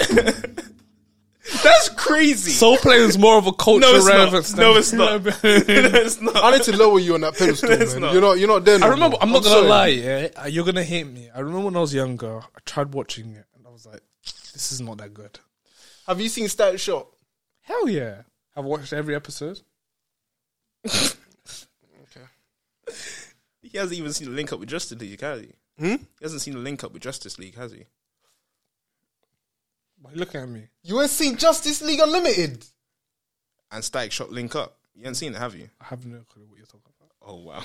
that's crazy. Soul Plane is more of a cultural no, it's relevance. not. No, it's not. no, it's not. I need to lower you on that pedestal, It's man. not. You're not. You're not there. No I remember. more. I'm not gonna sorry. lie. Yeah, Uh, you're gonna hate me. I remember when I was younger, I tried watching it, and I was like, "This is not that good." Have you seen Stat Shot? Hell yeah! I've watched every episode. He hasn't even seen the link up with Justice League, has he? Hmm? He hasn't seen the link up with Justice League, has he? Why are you looking at me? You ain't seen Justice League Unlimited. And Static Shot link up. You haven't seen it, have you? I have no clue what you're talking about. Oh wow.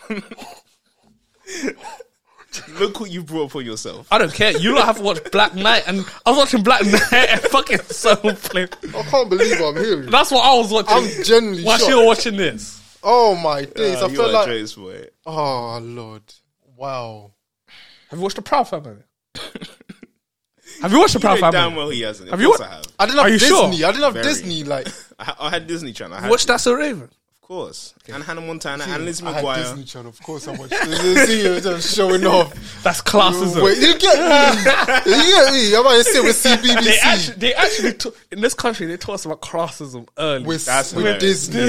Look what you brought upon yourself. I don't care. You don't have to watch Black Knight, and I was watching Black Knight and fucking Soul Plane. I can't believe I'm hearing. That's what I was watching. I'm genuinely While shocked. you were watching this, Oh my days! Uh, I you feel are like. James, boy. Oh lord! Wow. have you watched the Proud Family? have you watched the Proud You know Family? damn well he hasn't. Of Have you course wa- I have. I didn't have Are you Disney. sure? I didn't have Very. Disney. Like, I, ha- I had Disney Channel. I had Watch That's So Raven. Of course. And Hannah Montana and Liz I had McGuire. Disney Channel. Of course, I watched. See, you're just showing off. That's classism. Wait, you get me? You get me? I'm about to sit with CBBC. They actually, they actually took in this country. They taught us about classism early. with, That's with hilarious. Disney.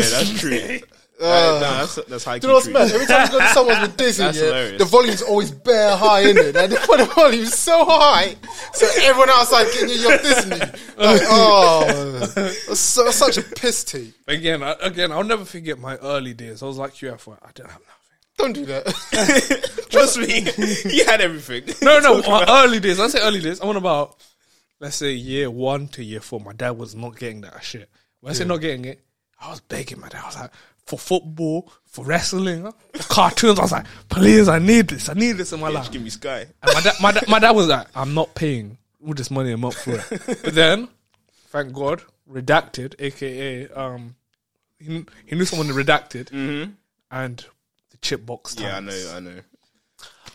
Yeah, that's true. Uh, no, that's that's high Do you know what's key mad? treatment. Every time you go to someone's with this, in That's yeah, hilarious. the volume's always bare high in it. Like, they put the volume so high, so everyone outside can hear your this in you. Like, oh, that's so, that's such a piss take. Again, I, again, I'll never forget my early days. I was like you have one. I didn't have nothing. Don't do that. Trust me, he had everything. No, no, my early days. I say early days. I'm on about let's say year one to year four. My dad was not getting that shit. When I say not getting it, I was begging my dad. I was like, for football, for wrestling, for cartoons. I was like, please, I need this. I need this in my life. Just give me Sky. And my dad, my, dad, my dad was like, I'm not paying all this money a month for it. But then, thank God, redacted, aka um, he, kn- he knew someone that redacted, and the chip box. Mm-hmm. Yeah, I times. know, I know.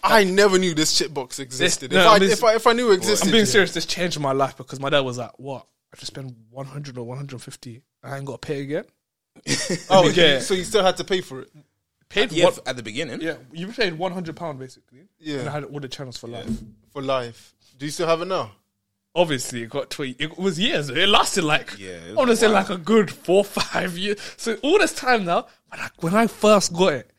I never knew this shit box existed. no, if, I, I'm being- if, I, if I knew it existed, I'm being yeah. serious. This changed my life because my dad was like, "What? I just spend 100 or 150, and I ain't got to pay again." oh yeah, So you still had to pay for it. paid Yeah, one, f- at the beginning. yeah, you paid 100 pound basically, Yeah. and I had all the channels for life. for life. Do you still have it now? obviously it got tweet. It was years. It lasted like Yeah, it I was want to say a while. like a good four five years. So all this time now, when I when I first got it,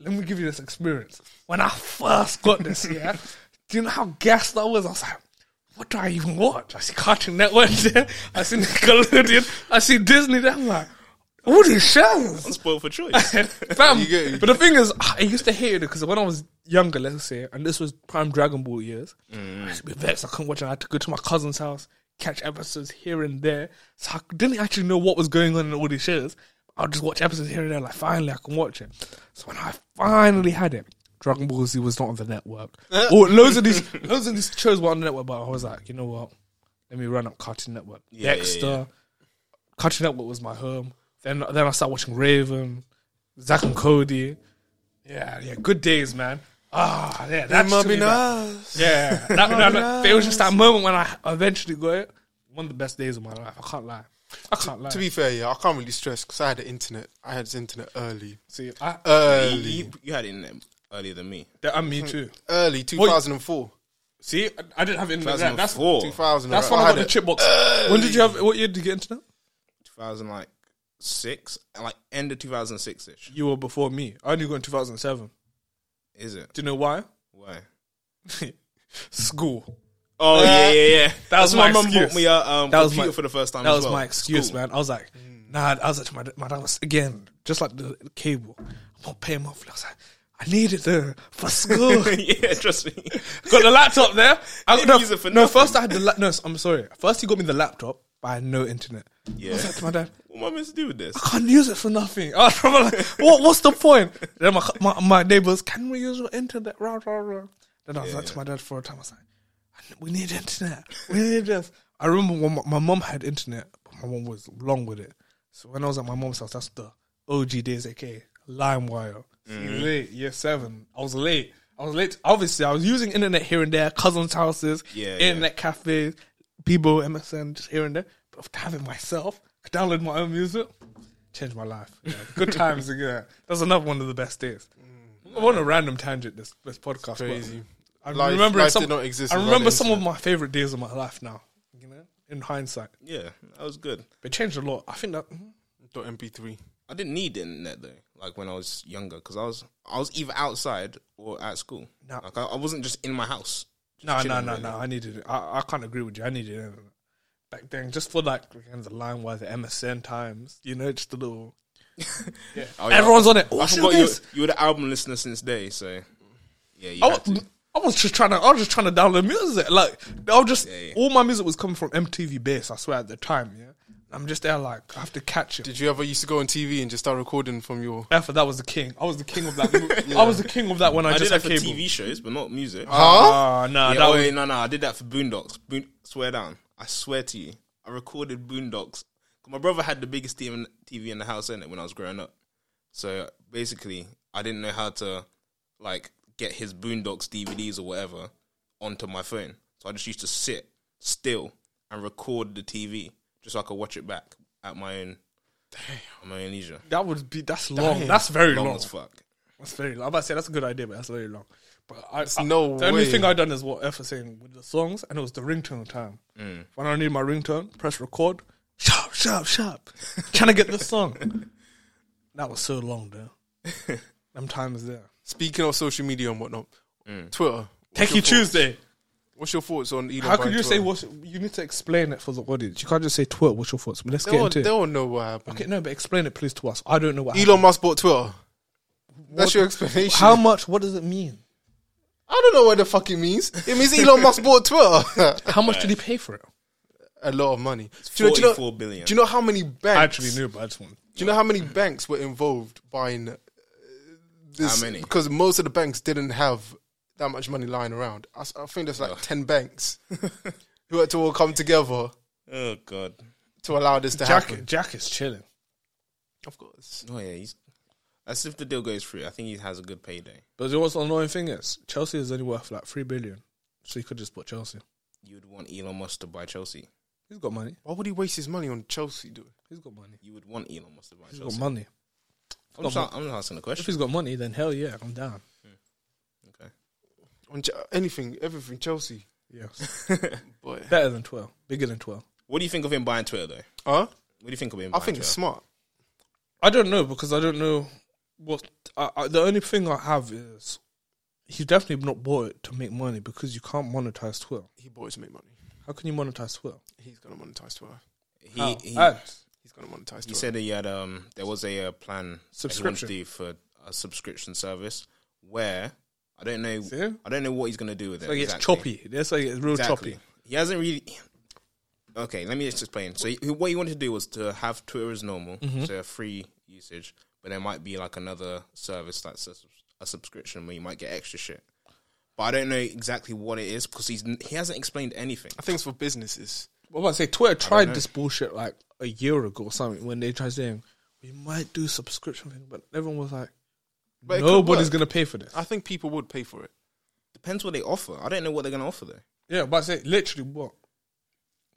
let me give you this experience. When I first got this, yeah, do you know how gassed I was? I was like. What do I even watch? I see Cartoon Network there. I see Nickelodeon. I see Disney there. I'm like, all these shows. Spoiled for choice. Fam, You get it. but the thing is, I used to hate it because when I was younger, let's say, and this was prime Dragon Ball years, I used to be vexed. I couldn't watch it. I had to go to my cousin's house, catch episodes here and there. So I didn't actually know what was going on in all these shows. I'll just watch episodes here and there. Like, finally, I can watch it. So when I finally had it, Dragon Ball Z was not on the network. or loads of these, loads of these shows were on the network, but I was like, you know what? Let me run up Cartoon Network. Yeah, yeah, Dexter. yeah. Cartoon Network was my home. Then then I started watching Raven, Zach and Cody. Yeah, yeah, good days, man. Ah, yeah, that Might might be be nice. nice. Yeah, that, that- that- it was just that moment when I eventually got it. One of the best days of my life. I can't lie. I can't lie. To be fair, yeah, I can't really stress because I had the internet. I had the internet early, See, I, early, you, you had it in them earlier than me. that, and me too. early 2004. See, I, I didn't have internet. then. That's 2004. 2000. right? That's when I I got had the it. chip box. When did you have? What year did you get internet? 2000 like six, like end of 2006 ish. You were before me. I only got in two thousand seven. Is it? Do you know why? Why? School. Oh yeah, yeah, yeah. That was my my mum excuse. bought me a um, That was computer my- for the first time. That as was well. Mm. my excuse, School. man. I was like, nah, I was like, to my, dad- my dad was, again, just like the cable. I'm not paying monthly. I was like, I need it though, for school. yeah, trust me. got the laptop there. I, Didn't no, use it for no, nothing. first I had the la- no. I'm sorry. First he got me the laptop, but I had no internet. I Yeah. was like to my dad, What am I meant to do with this? I can't use it for nothing. I was like, what, what's the point? Then my, my my neighbors, can we use your internet? Rah, rah, rah. Then I was like to my dad for a time. I was like, we need internet. We need this. I remember when my, my mom had internet, but my mom was long with it. So when I was at my mom's house, that's the OG days, aka LimeWire. Mm. See, Late year seven, I was late. I was late. Obviously, I was using internet here and there, cousins' houses, Yeah, yeah. internet cafes, people, MSN, just here and there. But to have it myself, I download my own music, changed my life. Yeah, good times again. That's another one of the best days. I'm on a random tangent this this podcast. but- Crazy. I Life- remember life some, did not exist I without remember the some of my favorite days of my life now. You know, in hindsight, Yeah, that was good. it changed a lot. I think that mhm. Dot MP3. I didn't need the internet though, like when I was younger, because I was I was either outside or at school. No. Like I, I wasn't just in my house. Just no, no, chilling, no, really. no. I needed it. I, I can't agree with you. I needed it back then, just for like again, the line where the MSN times. You know, just a little. Oh, yeah. Everyone's on it. I Oh, forgot shit, you, this. Oh, you were the album listener since day, so yeah, you I had was, to. I was just trying to. I was just trying to download music. Like I was just yeah. all my music was coming from MTV Base. I swear at the time. Yeah, I'm just there like I have to catch it. Did you ever used to go on TV and just start recording from your? Effort, that was the king. I was the king of that. I was the king of that when I, I just did that had for cable. TV shows, but not music. Ah, no, yeah, that oh, was wait, no, no, I did that for Boondocks. Boon, swear down, I swear to you, I recorded Boondocks. 'Cause My brother had the biggest TV in, TV in the house in it when I was growing up. So basically, I didn't know how to like get his Boondocks DVDs or whatever onto my phone. So I just used to sit still and record the TV just so I could watch it back at my own, at my own leisure. that would be that's long. That's very long. Long as fuck. That's very long. I'm about to say that's a good idea, but that's very long. But I, I- no the only way. thing I done is what F was saying with the songs, and it was the ringtone time. Mm. When I need my ringtone, press record, sharp, sharp, sharp, trying to get the song. That was so long though. Them times there. Speaking of social media and whatnot, Twitter. What's your Techie thoughts- Tuesday. What's your thoughts on Elon? How could buying you say Twitter? what? You need to explain it for the audience. You can't just say Twitter. What's your thoughts? But let's They get all, into they it. all know what happened. Okay, no, but explain it please to us. I don't know what Elon Musk bought Twitter. That's What- your explanation. How much? What does it mean? I don't know what the fuck it means. It means Elon Musk bought Twitter. How much did he pay for it? a lot of money. Do you, know, do, you 44 know, billion. do you know how many banks? I actually knew, but I just wanted. Do you know how many banks were involved buying uh, this? How many? Because most of the banks didn't have that much money lying around. I, s- I think there's like ten banks who had to all come together Oh god. to allow this to Jack, happen. Jack is chilling. Of course, Oh yeah, he's. That's if the deal goes through. I think he has a good payday. But you know what's the annoying thing is Chelsea is only worth like three billion, so you could just put Chelsea. You'd want Elon Musk to buy Chelsea. He's got money. why would he waste his money on Chelsea? Doing He's got money. You would want Elon Musk to buy He's Chelsea. got money. I'm, just, I'm just asking a If question. he's got money, then hell yeah, I'm down. Okay. on Ch- anything, everything Chelsea. Yes, But better than twelve, bigger than twelve. What do you think of him buying Twitter though? What huh? do you think of him? I Buying think Twitter? it's smart. I don't know because I don't know what. I, I, the only thing I have is he's definitely not bought it to make money because you can't monetize Twitter. He bought it to make money. How can you monetize Twitter? He's gonna monetize Twitter. He he, Ads. He's gonna monetize. he Twitter. said he had um there was a uh, plan Subscription. he wanted to do for a subscription service where I don't know See? I don't know what he's gonna do with it. Like it's exactly. choppy. That's like it's real Exactly. choppy. He hasn't really. Okay, let me just explain. So, he, what he wanted to do was to have Twitter as normal, Mm-hmm. so a free usage, but there might be like another service that's a, subs- a subscription where you might get extra shit. But I don't know exactly what it is because he's n- he hasn't explained anything. I think it's for businesses. Well, I was about to say Twitter tried this bullshit like a year ago or something when they tried saying we might do subscription thing, but everyone was like, But it could nobody's work. gonna pay for this. I think people would pay for it. Depends what they offer. I don't know what they're gonna offer though. yeah, but I say literally what?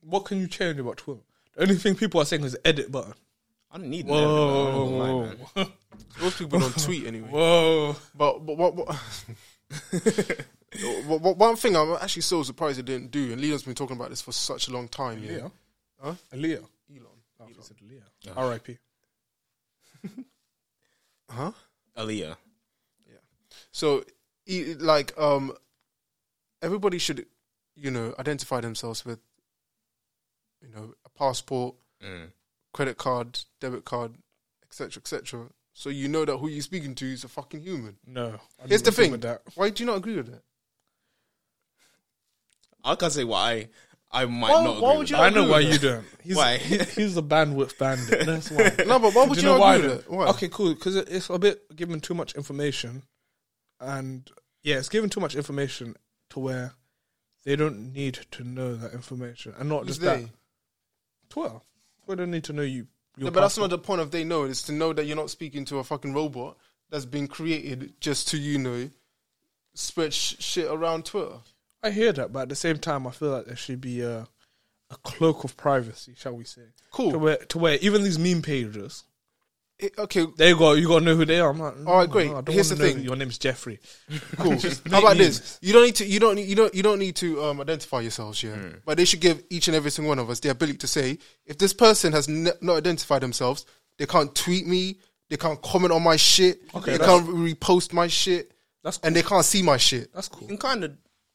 What can you change about Twitter? The only thing people are saying is edit button. I don't need. an editor, I'm not gonna lie, Whoa, man. whoa, Most people don't tweet anyway. whoa! But but what what, what, what- one thing I'm actually so surprised they didn't do, and Leon's been talking about this for such a long time. Yeah, Leah, huh? Leah, Elon. I said Leah. R.I.P. Huh? Aaliyah. So, e- like, um, everybody should, you know, identify themselves with, you know, a passport, Mm. credit card, debit card, etc., etc. So you know that who you're speaking to is a fucking human. No, I Here's the didn't agree thing. with that. Why do you not agree with that? I can't say why I might Why- not. Agree why would with you that. I know agree why with you that. don't. He's, Why? he- he's a bandwidth bandit. That's why. No, but why would Do you, not why agree though? with that? Why? Okay, cool. Because it's a bit given too much information, and yeah, it's given too much information to where they don't need to know that information, and not Who's just that. they? Twitter, Twitter don't need to know you. Your No, but that's not passport. the point of they know. It's to know that you're not speaking to a fucking robot that's been created just to you know spread sh- shit around Twitter. I hear that, but at the same time, I feel like there should be a a cloak of privacy, shall we say? Cool. To where, to where even these meme pages, It- okay, they go, you gotta know who they are. I'm like, no, Alright, great. no, I don't Here's wanna the know thing. Your name's Jeffrey. cool. Just How about make this? memes. You don't need to. You don't. Need, you don't. You don't need to um, identify yourselves. Yeah, but they should give each and every single one of us the ability to say if this person has n- not identified themselves, they can't tweet me. They can't comment on my shit. Okay, they that's- can't repost my shit. That's cool. and they can't see my shit. That's You cool. can kind of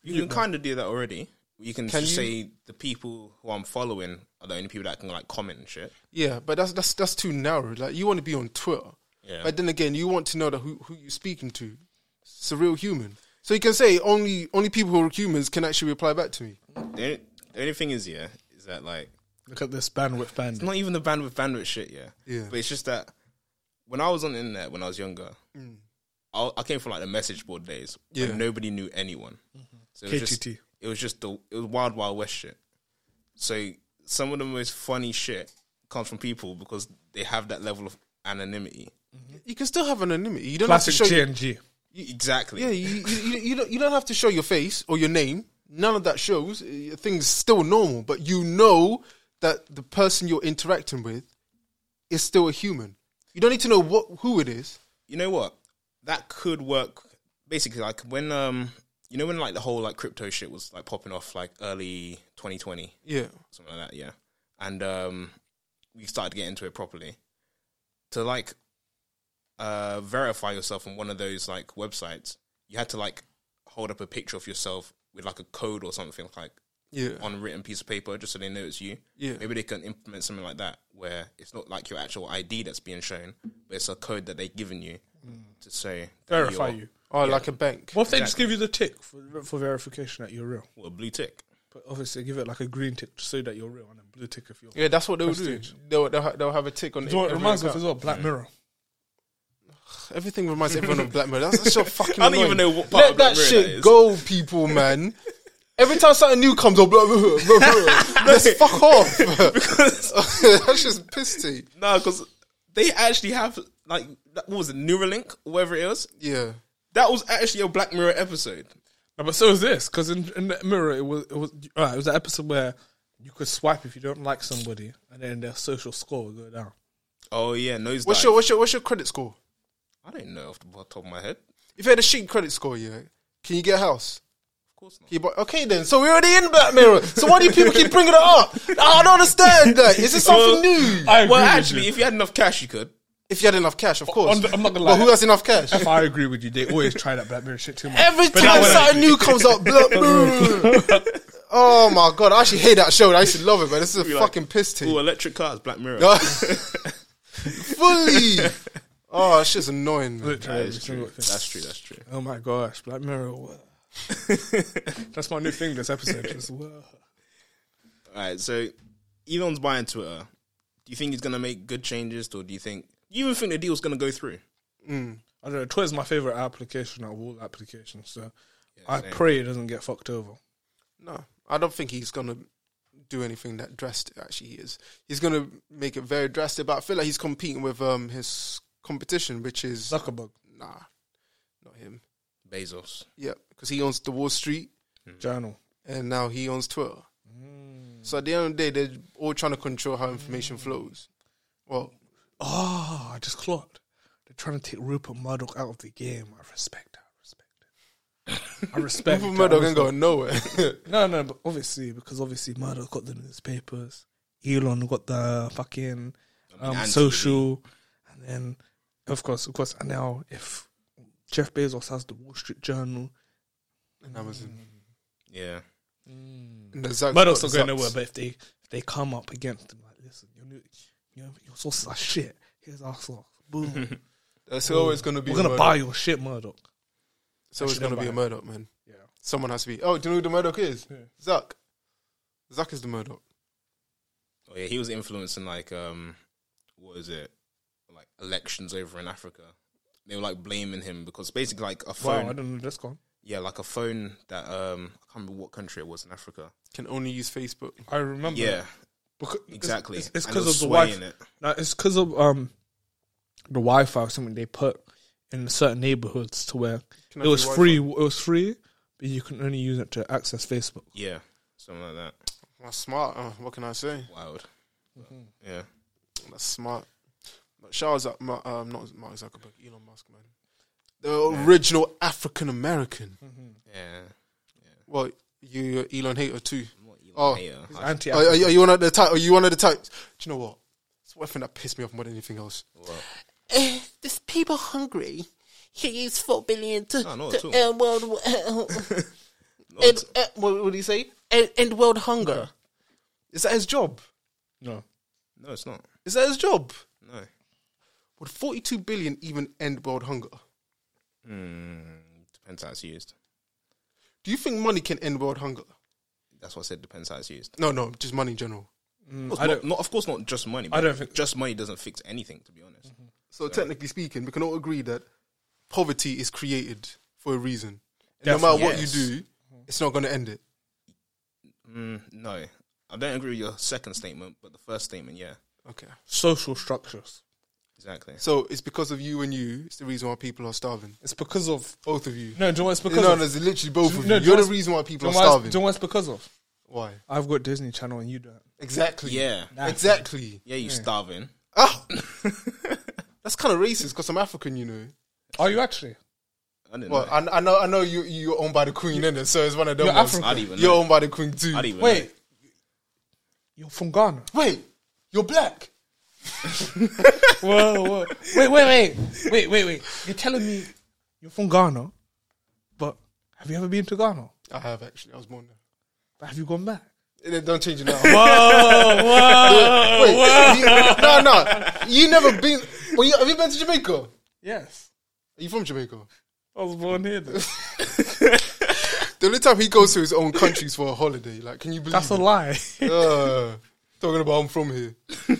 you can kind of do that already. You can, Can just you? say the people who I'm following are the only people that can like comment and shit. Yeah, but that's that's that's too narrow. Like you want to be on Twitter, Yeah. but then again, you want to know that who who you're speaking to. It's a real human, so you can say only only people who are humans can actually reply back to me. The only, the only thing is, yeah, is that like Look at this bandwidth bandit. it's not even the bandwidth bandwidth shit, yeah. Yeah. But it's just that when I was on the internet when I was younger, I, I came from like the message board days. Yeah. Mm. Yeah. nobody knew anyone. So it was just KTT. it was just the it was wild wild west shit. So some of the most funny shit comes from people because they have that level of anonymity. You can still have anonymity. You don't Classic have to show. Your, GNG. E-, Exactly. yeah, you, you, you, you don't you don't have to show your face or your name. None of that shows. Uh, Things still normal, but you know that the person you're interacting with is still a human. You don't need to know what who it is. you know what? That could work. Basically, like when um, you know when like the whole like crypto shit was like popping off like early 2020, Yeah, something like that. Yeah, and um, we started to get into it properly. To like uh, verify yourself on one of those like websites, you had to like hold up a picture of yourself with like a code or something like Yeah. on a written piece of paper just so they know it's you. Yeah. Maybe they can implement something like that where it's not like your actual ID that's being shown, but it's a code that they've given you to say that Verify you're- you. Oh, like a bank. What if they just give you the tick for, for verification that you're real? Well, a blue tick. But obviously, give it like a green tick so that you're real, and a blue tick if you're. Yeah, that's what they'll do. Prestige. They'll, they'll, ha- they'll have a tick on Do you know what it every reminds me of as account. well? Black Mirror. Everything reminds everyone of Black Mirror. That's, that's your fucking. I don't even annoying. know what part Let of Black that Mirror shit that is. go, people, man. Every time something new comes, oh, blah, blah, blah, blah. Let's fuck off. that's just pissy. No, because they actually have like that, what was it Neuralink, or whatever it was. Yeah. That was actually a Black Mirror episode. No, but so is this because in, in the Mirror it was it was uh, it was an episode where you could swipe if you don't like somebody, and then their social score would go down. Oh yeah, nosedive. What's your what's your what's your credit score? I don't know off the top of my head. If you had a shit credit score, yeah, can you get a house? Of course not. Can you buy- okay then, so we're already in Black Mirror. So why do people keep bringing it up? I don't understand that. Is this something new? I agree Well, with actually, you. if you had enough cash, you could. If you had enough cash, of course. On the- I'm not gonna But lie. who has enough cash? if I agree with you, they always try that Black Mirror shit too much. Every But time that one- something new comes up, Black Mirror. oh my god, I actually hate that show. I used to love it, but this is a like, fucking piss Ooh, take. electric cars, Black Mirror. Fully. Oh, that shit's annoying. Man. Literally every single thing. that's true. That's true. Oh my gosh, Black Mirror. whoa. That's my new thing. This episode just whoa. All right, so Elon's buying Twitter. Do you think he's gonna make good changes, or do you think do you even think the deal's gonna go through? I don't know. Twitter's my favorite application out of all applications, so I pray it doesn't get fucked over. No, I don't think he's gonna do anything that drastic. Actually, he is. He's gonna make it very drastic. But I feel like he's competing with um his competition, which is Zuckerberg, nah, not him. Bezos. Yeah, because he owns the Wall Street journal. and now he owns Twitter. Mm. So at the end of the day, they're all trying to control how information flows. Well, Oh, I just clocked. They're trying to take Rupert Murdoch out of the game. I respect that. I respect it. I respect Rupert it. Murdoch I ain't going nowhere. No, no, but obviously, because obviously Murdoch got the newspapers, Elon got the fucking um, and social, and then, of course, of course, and now if Jeff Bezos has the Wall Street Journal, and Mm. Amazon. Yeah. And the Zucks- Murdoch's not going Zucks. nowhere, but if they if they come up against him, like, listen, your, new, your, your sources are shit. Here's our source. Boom. There's always going to be We're a going to Murdoch. buy your shit, Murdoch. It's always Actually, going to be a never Murdoch, man. Yeah. Someone has to be. Oh, do you know who the Murdoch is? Zuck. Zuck is the Murdoch. Oh yeah, he was influencing like um, what is it? Like elections over in Africa. They were like blaming him because basically like a phone. Wow, I don't know. That's gone. yeah, like a phone that um, I can't remember what country it was in Africa. Can only use Facebook. I remember. Yeah, Because exactly. It's it's And there because was of the sway wife. in it. No, it's because of um the Wi-Fi or something they put in certain neighborhoods to where Can I it was do Wi-Fi? free. It was free, but you can only use it to access Facebook. Yeah, something like that. That's smart. Uh, what can I say? Wild. Mm-hmm. Yeah. That's smart. But shout out Zuck, Ma- um, not Mark Zuckerberg, Elon Musk, man. The original African American. Hmm. Yeah. Well, you, you're Elon hater too. Oh, Oh. Anti. Are, are you, are you one of the type? Are you one of the types? Do you know what? It's one thing that pissed me off more than anything else. Eh, there's people hungry. He used four billion to, No, not to at all. end world. and, Oh, uh, what would he say? End, end world hunger. Is that his job? no, No, it's not. Is that his job? No. Would 42 billion even end world hunger? Mm, Depends how it's used. Do you think money can end world hunger? That's what I said. Depends how it's used. No, no, just money in general. Of course, not, not, of course, not just money. But don't think- just money doesn't fix anything. To be honest, So technically speaking, we can all agree that poverty is created for a reason. And no Definitely. matter what you Yes. do, it's not going to end it. Mm, no, I don't agree with your second statement, but the first statement, yeah, Okay. social structures. exactly. So it's because of you and you. It's the reason why people are starving. It's because of Both of you. no. Do you know what it's because no, of? there's literally both Do- of you. no, do You're you the know- reason why do people you are know what it's- starving. do you know what it's because of? Why? I've got Disney Channel and you don't. Exactly. yeah, Exactly. yeah, you starving. Ah, that's kind of racist because I'm African, you know. Are you actually? I didn't Well, know. I, I know, I know you. You're owned by the Queen, innit? So it's one of them. You're ones. African. I, didn't even. You're Know. owned by the Queen too. I didn't even. Wait, you're from Ghana. Wait, you're black. whoa, whoa. Wait, wait, wait. Wait, wait, wait. You're telling me you're from Ghana, but have you ever been to Ghana? I have actually. I was born there. But have you gone back? Eh, Don't change it now. Whoa, whoa. Wait, you, no, no. You never been. Well, you, have you been to Jamaica? Are yes. you from Jamaica? I was born here. though. The only time he goes to his own countries for a holiday, like, can you believe? That's a it? lie. Uh, talking about I'm from here.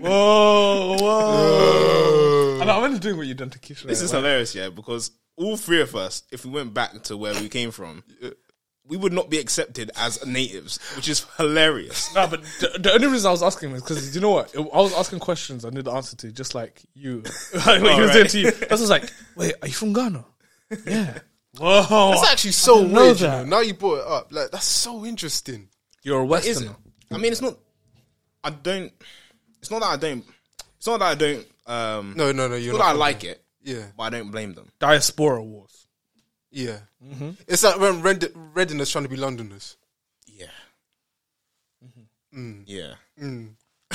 Whoa, whoa. And I'm only doing what you've done to Kisha. This is hilarious, yeah, because all three of us, if we went back to where we came from, we would not be accepted as natives, which is hilarious. No, but the, the only reason I was asking was because you know what? It- I was asking questions I knew the answer to, just like you. like what you was doing right. to you. That's was like, wait, are you from Ghana? Yeah. Whoa. That's actually so didn't know weird. You know? that. Now you brought it up, like, that's so interesting. You're a Is Westerner. I mean, it's not. I don't. It's not that I don't. It's not that I don't. Um, No, no, no. it's You're not not that I from like here. it, Yeah, but I don't blame them. Diaspora Wars. yeah. Mm-hmm. It's like when Red- Reddeners trying to be Londoners. Yeah. Mm-hmm. Yeah.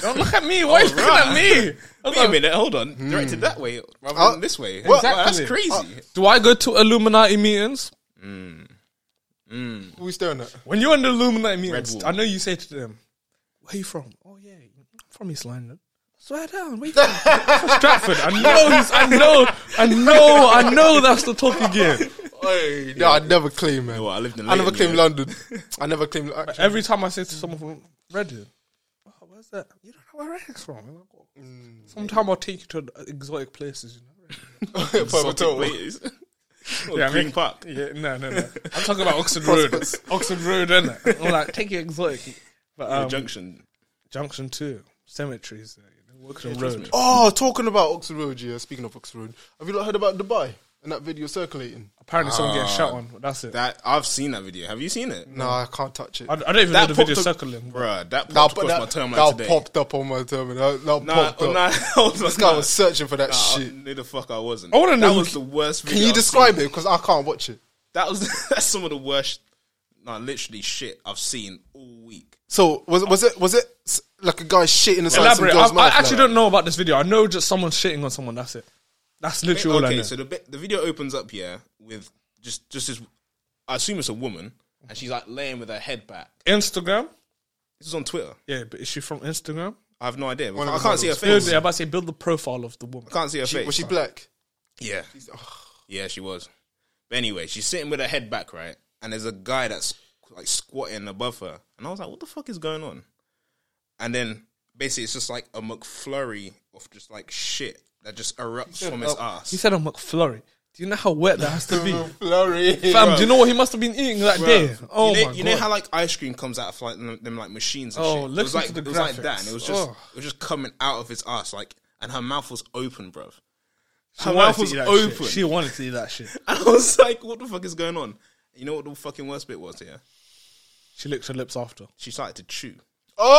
Don't look at me. Why are you looking at me? Wait a minute, hold on. Directed that way rather Uh, than this way. well, Wow, that's exactly. crazy. Do I go to Illuminati meetings? Who are we staring at? When you're in the Illuminati meetings, Bull. I know you say to them, "Where you from?" Oh yeah, I'm from East London. Swear down, where you from? "I'm from Stratford. I know, he's, I know, I know, I know. That's the talk again. Hey, no, I never claim, man. You know what, I lived in I never Leyton, claim yeah. London. I never claim. Actually, Every time I say to someone from Reading, oh, "Where's that?" You don't know where Reading's from. And I go, Sometime I'll take you to exotic places. You know? Purple Something Toe. like this. Or Yeah, I Green mean- Park. Yeah, no, no, no. I'm talking about Oxford Road. Oxford Road, innit? I'm like, take you exotic. But um, Junction. Junction Two cemeteries. There, you know, Oxford Road. Oh, talking about Oxford Road, yeah. Speaking of Oxford Road, have you not heard about Dubai and that video circulating? Apparently, someone getting shot on. but That's it. That I've seen that video. Have you seen it? No, I can't touch it. I, I don't even That know the video popped up- circling. Bruh, that That, popped put- across my that, timeline that today. popped up on my terminal. That, that Nah, popped up. nah, hold on, This guy nah. was searching for that Nah, shit. No, the fuck I wasn't. I wanna know That who was ki- the worst. Can you describe it? Because I can't watch it. That was that's some of the worst. Nah, literally shit I've seen all week. So was was it was it s- like a guy shitting inside Elaborate. some I, girl's I mouth? actually like don't know about this video. I know just someone shitting on someone. That's it. That's literally all I know. okay, so the bit, the video opens up here with just just this. I assume it's a woman, and she's like laying with her head back. Instagram. This is on Twitter. Yeah, but is she from Instagram? I have no idea. One of I the can't see her models. Build, face. yeah, I'm about to say build the profile of the woman. I can't see her that? face. Was she black? yeah, yeah, she was. But anyway, she's sitting with her head back, right? And there's a guy that's like squatting above her, and I was like, "What the fuck is going on?" And then basically, it's just like a McFlurry of just like shit that just erupts from his ass. He said a McFlurry. Do you know how wet that has to be? Flurry. Fam, do you know what he must have been eating that day? Oh you know, my you god! know how like ice cream comes out of like them, them, like machines and Oh, shit. it was listen like to the it was like that, and graphics. it was just Oh. it was just coming out of his ass, like, and her mouth was open, bruv. she Her wanted mouth to was eat that open. shit. She wanted to eat that shit. And I was like, "What the fuck is going on?" You know what the fucking worst bit was? Yeah, She licked her lips after. she started to chew. Uh.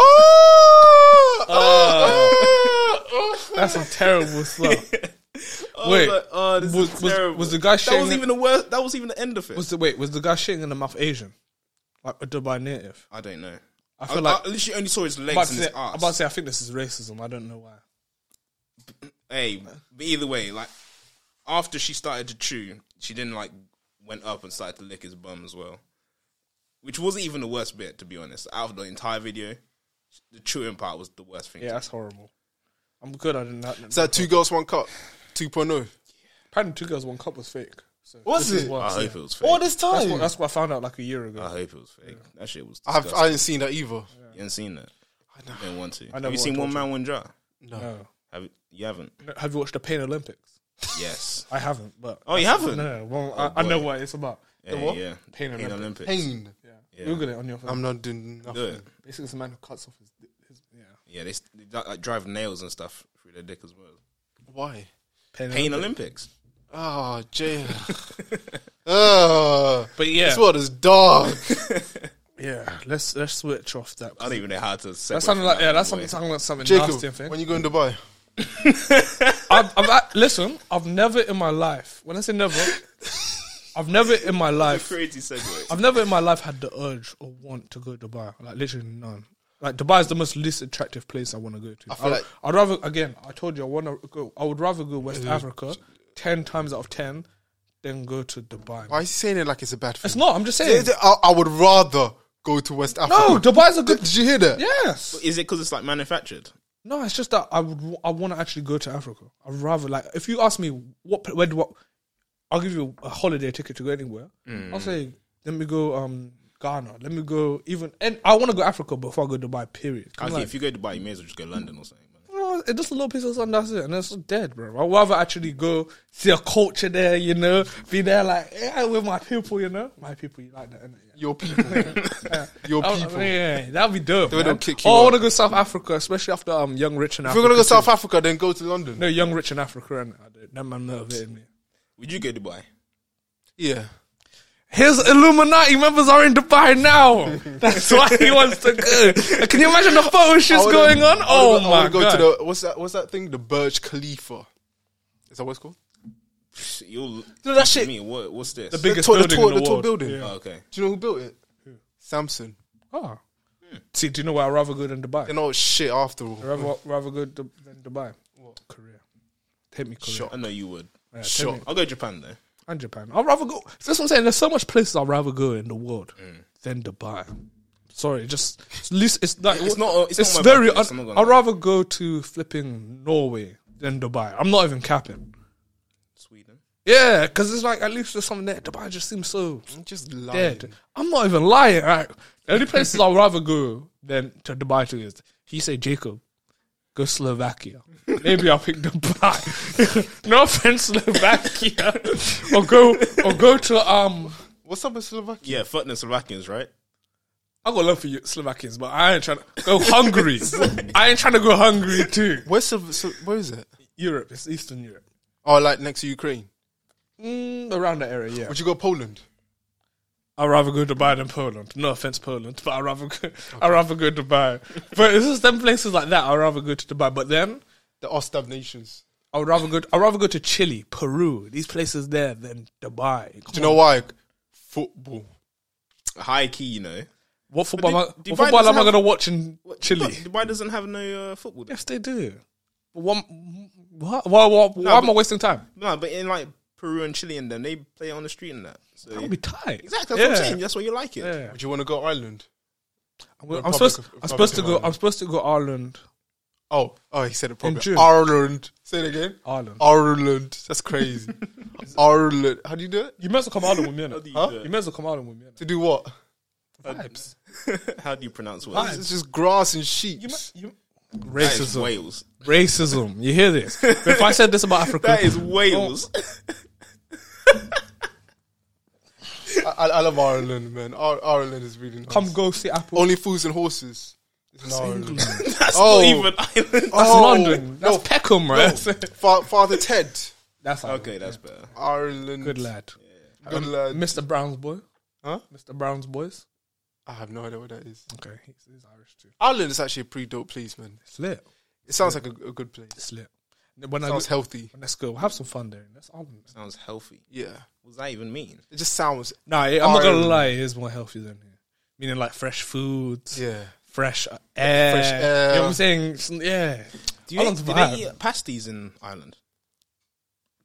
Oh! oh, oh. That's a terrible slur. I Wait, was, like, oh, this was- is was- terrible. was the guy That was shitting- even the worst. That was even the end of it. Was the wait? Was the guy shitting in the mouth Asian, like a Dubai native? I don't know. I feel I, like- I literally only saw his legs About and to, his say, ass. I'm about to say, I think this is racism. I don't know why. hey, but either way, like after she started to chew, she then like went up and started to lick his bum as well, which wasn't even the worst bit to be honest. Out of the entire video, the chewing part was the worst thing. Yeah, that's horrible. I'm good. I didn't. Is that two girls, one cup? oh. 2.0. Apparently, two girls, one cup was fake. So Was this is it? I worse. hope it was fake. All this That's time. what, that's what I found out like a year ago. I hope it was fake. That shit was. I, Disgusting. have, I didn't see that either. you haven't seen that. I didn't want to. never Have you seen want One Man One Jar? no. Have you, you haven't? Uh, Have you watched the Pain Olympics? yes. I haven't, but Oh, you haven't. no, no, well, I, I know what it's about. Yeah, the what? yeah. Pain Olympics. Olympics. Pain. Yeah. Um, Google it on your phone. I'm not doing Do nothing. it. Basically, it's a man who cuts off his. his yeah. Yeah, they, s- they d- like, drive nails and stuff through their dick as well. Why? Pain Olympics. Oh, Jay. uh, But yeah, This world is dark. yeah. Let's let's switch off that. I don't even know how to. That sounded like yeah. That's something sounding like something nasty Jacob, and thing. when you go in Dubai, I've, I've act- listen. I've never in my life. When I say never, I've never in my life. crazy segue. I've never in my life had the urge or want to go to Dubai. Like literally none. Like Dubai is the most least attractive place I want to go to. I feel like- would rather again. I told you I want to go. I would rather go West Africa ten times out of ten than go to Dubai. Why is he saying it like it's a bad thing? It's not. I'm just saying. Is it- I, I would rather go to West no, Africa. Dubai's a did, good. did you hear that? Yes. Is it because it's like manufactured? No, it's just that I would I want to actually go to Africa. I'd rather like if you ask me what pl- where do I- I'll give you a holiday ticket to go anywhere. Mm. I'll say let me go um Ghana. Let me go even and I want to go Africa before I go Dubai. Period. I'm Okay, like, if you go to Dubai, you may as well just go to London or something. man. no, it's just a little piece of sun. That's it, and it's dead, bro. I'd rather actually go see a culture there. You know, be there like yeah, with my people. You know, my people. You like that? innit? Yeah. Your people. Your Oh, people. yeah, that'd be dope. They don't man. kick you oh, I out. want to go South Africa, especially after um, Young Rich and If you're gonna go South Africa, then go to London. No, young, rich, and Africa, and I don't- that man motivated me. Would you go to Dubai? Yeah. His Illuminati members are in Dubai now. That's why he wants to go. Can you imagine the photo I shoots wanna- going on? I wanna Oh go- I my wanna go god! To the, what's that? What's that thing? The Burj Khalifa. Is that what it's called? You'll No, that I shit- mean, what, what's this? The biggest tall- the building tall- in the, the tall world. building. Yeah. Oh, okay. Do you know who built it? Samson. Oh. See, do you know where I'd rather go than Dubai? They're not shit after all. I'd rather, rather go to, than Dubai. Korea. Take me Korea. I know you would. Yeah, take Sure. me- I'll go to Japan though. and Japan. I'd rather go. That's what I'm saying. There's so much places I'd rather go in the world Mm. than Dubai. Sorry, just it's least it's like It's not- it's It's, not on my very. bucket list, un- I'm not gonna I'd lie. rather go to flipping Norway than Dubai. I'm not even capping. Sweden. Yeah, because it's like at least there's something there. Dubai just seems so Just lying. dead. I'm not even lying. Like, the only places I'd rather go than to Dubai to is he said Jacob, go Slovakia. Maybe I'll pick Dubai. no offense, Slovakia, or go or go to um. What's up with Slovakia? Yeah, fuck the Slovakians, right? I got love for you Slovakians, but I ain't trying to go hungry. I ain't trying to go hungry too. Where's Slo- Slo- where is it? Europe, it's Eastern Europe, Oh, like next to Ukraine. mm, around that area. Yeah, Would you go Poland? I'd rather go Dubai than Poland. No offense, Poland, but I'd rather go, I'd rather go Dubai. but it's just them places like that. I'd rather go to Dubai. But then The Ostav nations. I would rather go. I'd rather go to Chile, Peru, these places there than Dubai. Come Do you on. know why? Football. High key, you know. what football? am I, Dubai what football am doesn't I have- going to watch in Chile? Look, Dubai doesn't have no uh, football. Yes, they do. But what? What? Why, why, why am I but- wasting time? No, but in like Peru and Chile and them, they play on the street and that. So I'll be tight. exactly, that's what I'm saying. That's why you like it. Yeah. Would you want to go Ireland? I'm, Republic supposed. of- I'm supposed to Republic go. of I'm supposed to go Ireland. Oh, oh, he said it properly. June. Ireland. Say it again. Ireland. Ireland. That's crazy. Ireland. How do you do it? You may as well come Ireland with me. innit? you Huh? do it? You may as well come Ireland with me. innit? To do what? Vibes. How do you pronounce Wales? It's just grass and sheep. You, you, That is racism. Wales. Racism. You hear this? But if I said this about Africa, That is Wales. I, I I love Ireland, man. Ir- Ireland is really nice. come go see Apple. Only fools and horses. It's in Ireland. that's Oh. not even Ireland. That's Oh, London. That's Peckham, right? Fa- Father Ted. That's Ireland. okay, that's better. Ireland. Good lad. Um, Good lad. Mr. Brown's boy. Huh? Mr. Brown's boys. I have no idea what that is. Okay, he's, he's Irish too. Ireland is actually a pretty dope place, man. It's lit. It sounds like a, a good place. It's lit. When I sounds healthy. let's go. Have some fun there. That's Ireland. Sounds healthy. Yeah. What does that even mean? It just sounds. Nah, I'm not gonna Ireland. lie. It is more healthy than here. Meaning like fresh foods. Yeah. Fresh air. Fresh air. You know what I'm saying? It's- Yeah. Do Ireland's do vibe. they eat pasties in Ireland?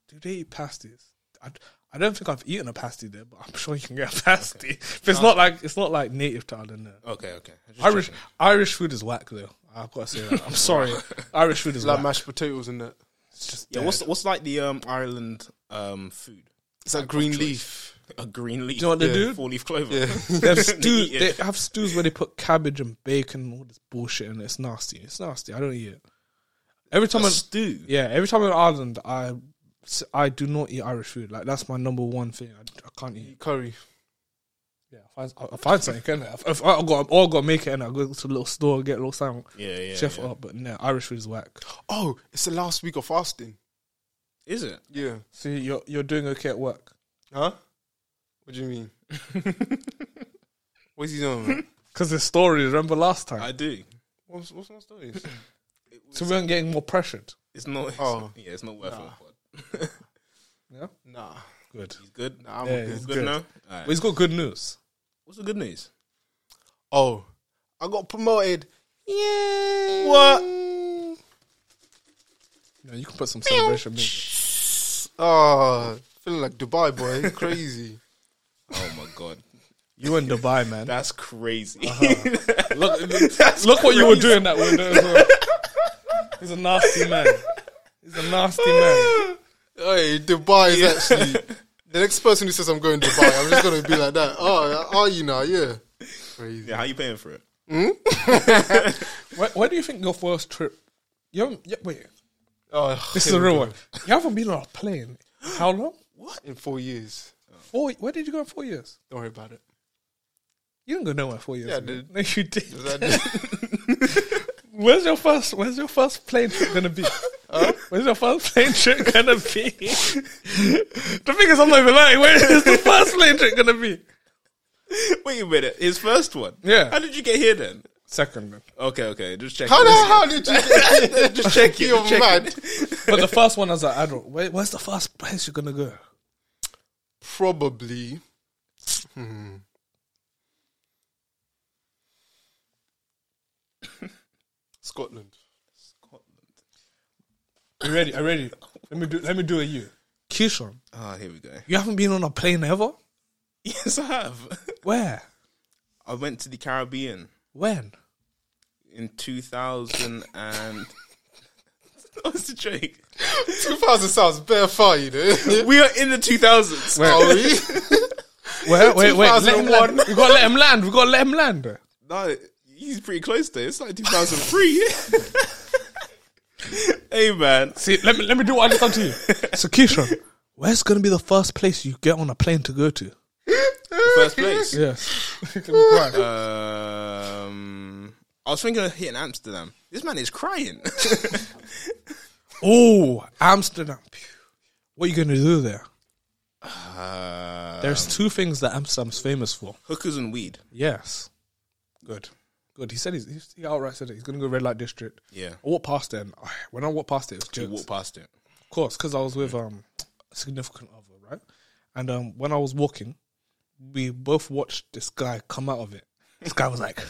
Do they eat pasties? I, I don't think I've eaten a pasty there, but I'm sure you can get a pasty. But it's not like it's not like native to Ireland. There. Okay, okay. Just Irish checking. Irish food is whack though. I've got to say that. I'm sorry. Irish food is Like whack. mashed potatoes and that. It's just Yeah, dead. what's what's like the um Ireland um food? It's like green leaf. A green leaf. you know what they Yeah. do? Four leaf clover. Yeah. They have, They stew, eat they it. have stews where they put cabbage and bacon and all this bullshit in it. It's nasty. It's nasty. I don't eat it. Every time I stew. yeah, every time I'm in Ireland, I s- I do not eat Irish food. Like that's my number one thing. I, I can't eat. Curry. Yeah, uh, I find, I I find something. Can I? If, if I got all got to make it, and I go to the little store get a little sandwich, Yeah, yeah. chef it yeah. up. But no, Irish food is whack. Oh, it's the last week of fasting. Is it? Yeah. See, you're you're doing okay at work. Huh? What do you mean? What's he doing, man? Because the story, remember last time? I do. What's, what's my story? so we weren't getting more pressured. It's not. It's, Oh. yeah, it's not worth Nah. it. nah. Good. He's good. Nah, I'm Yeah, good. it's He's good, good. now. All But he's got good news. What's the good news? Oh, I got promoted What? No, you can put some celebration music. Oh, feeling like Dubai boy, crazy. Oh my god, You in Dubai, man. that's crazy. Uh-huh. Look, look what you were doing that window as well. He's a nasty man. He's a nasty man. hey, Dubai is actually the next person who says I'm going to Dubai. I'm just gonna be like that. Oh, are you now? Yeah, crazy. yeah, how you paying for it? Where, where do you think your first trip? You haven't. Yeah, wait, Oh, this is a real one. You haven't been on a plane. How long? in four years. Four. Where did you go in four years? Don't worry about it. You didn't go nowhere in four years. Yeah, I man. did. No, you did. Is that- Where's your first? Where's your first plane trip gonna be? Where's your first plane trip gonna be? the thing is, I'm not even lying. Where is the first plane trip gonna be? Wait a minute, his first one. Yeah. How did you get here then? Second, man. Okay, okay, just check. how the hell did you get just check it. You're just check mad. it. But the first one as an adult, where, where's the first place you're gonna go? Probably. Hmm. Scotland. You ready? I ready. Let me do. Let me do a you. Kishon, Ah, here we go. you haven't been on a plane ever. Yes, I have. Where? I went to the Caribbean When? in 2000 and. that was a joke. 2000 sounds bare far, you know. We are in the Oh, 2000s. Are we? Where? Wait, wait. Let him 2001. land. We gotta let him land. We gotta let him land. No, he's pretty close though. It's like 2003. hey man, See, let me let me do what I just done to you. So Kishon, where's gonna be the first place you get on a plane to go to? first place. Yes. Um, I was thinking of hitting Amsterdam. This man is crying. oh, Amsterdam. Phew. What are you gonna do there? uh, There's two things that Amsterdam's famous for. hookers and weed. Yes. Good. Good. He said he's, he's he outright said it. He's gonna go red light district. Yeah. I walked past it and ah, when I walked past it, it was You jokes. walk past it. Of course, because I was with um a significant other, right? And um when I was walking, we both watched this guy come out of it. This guy was like,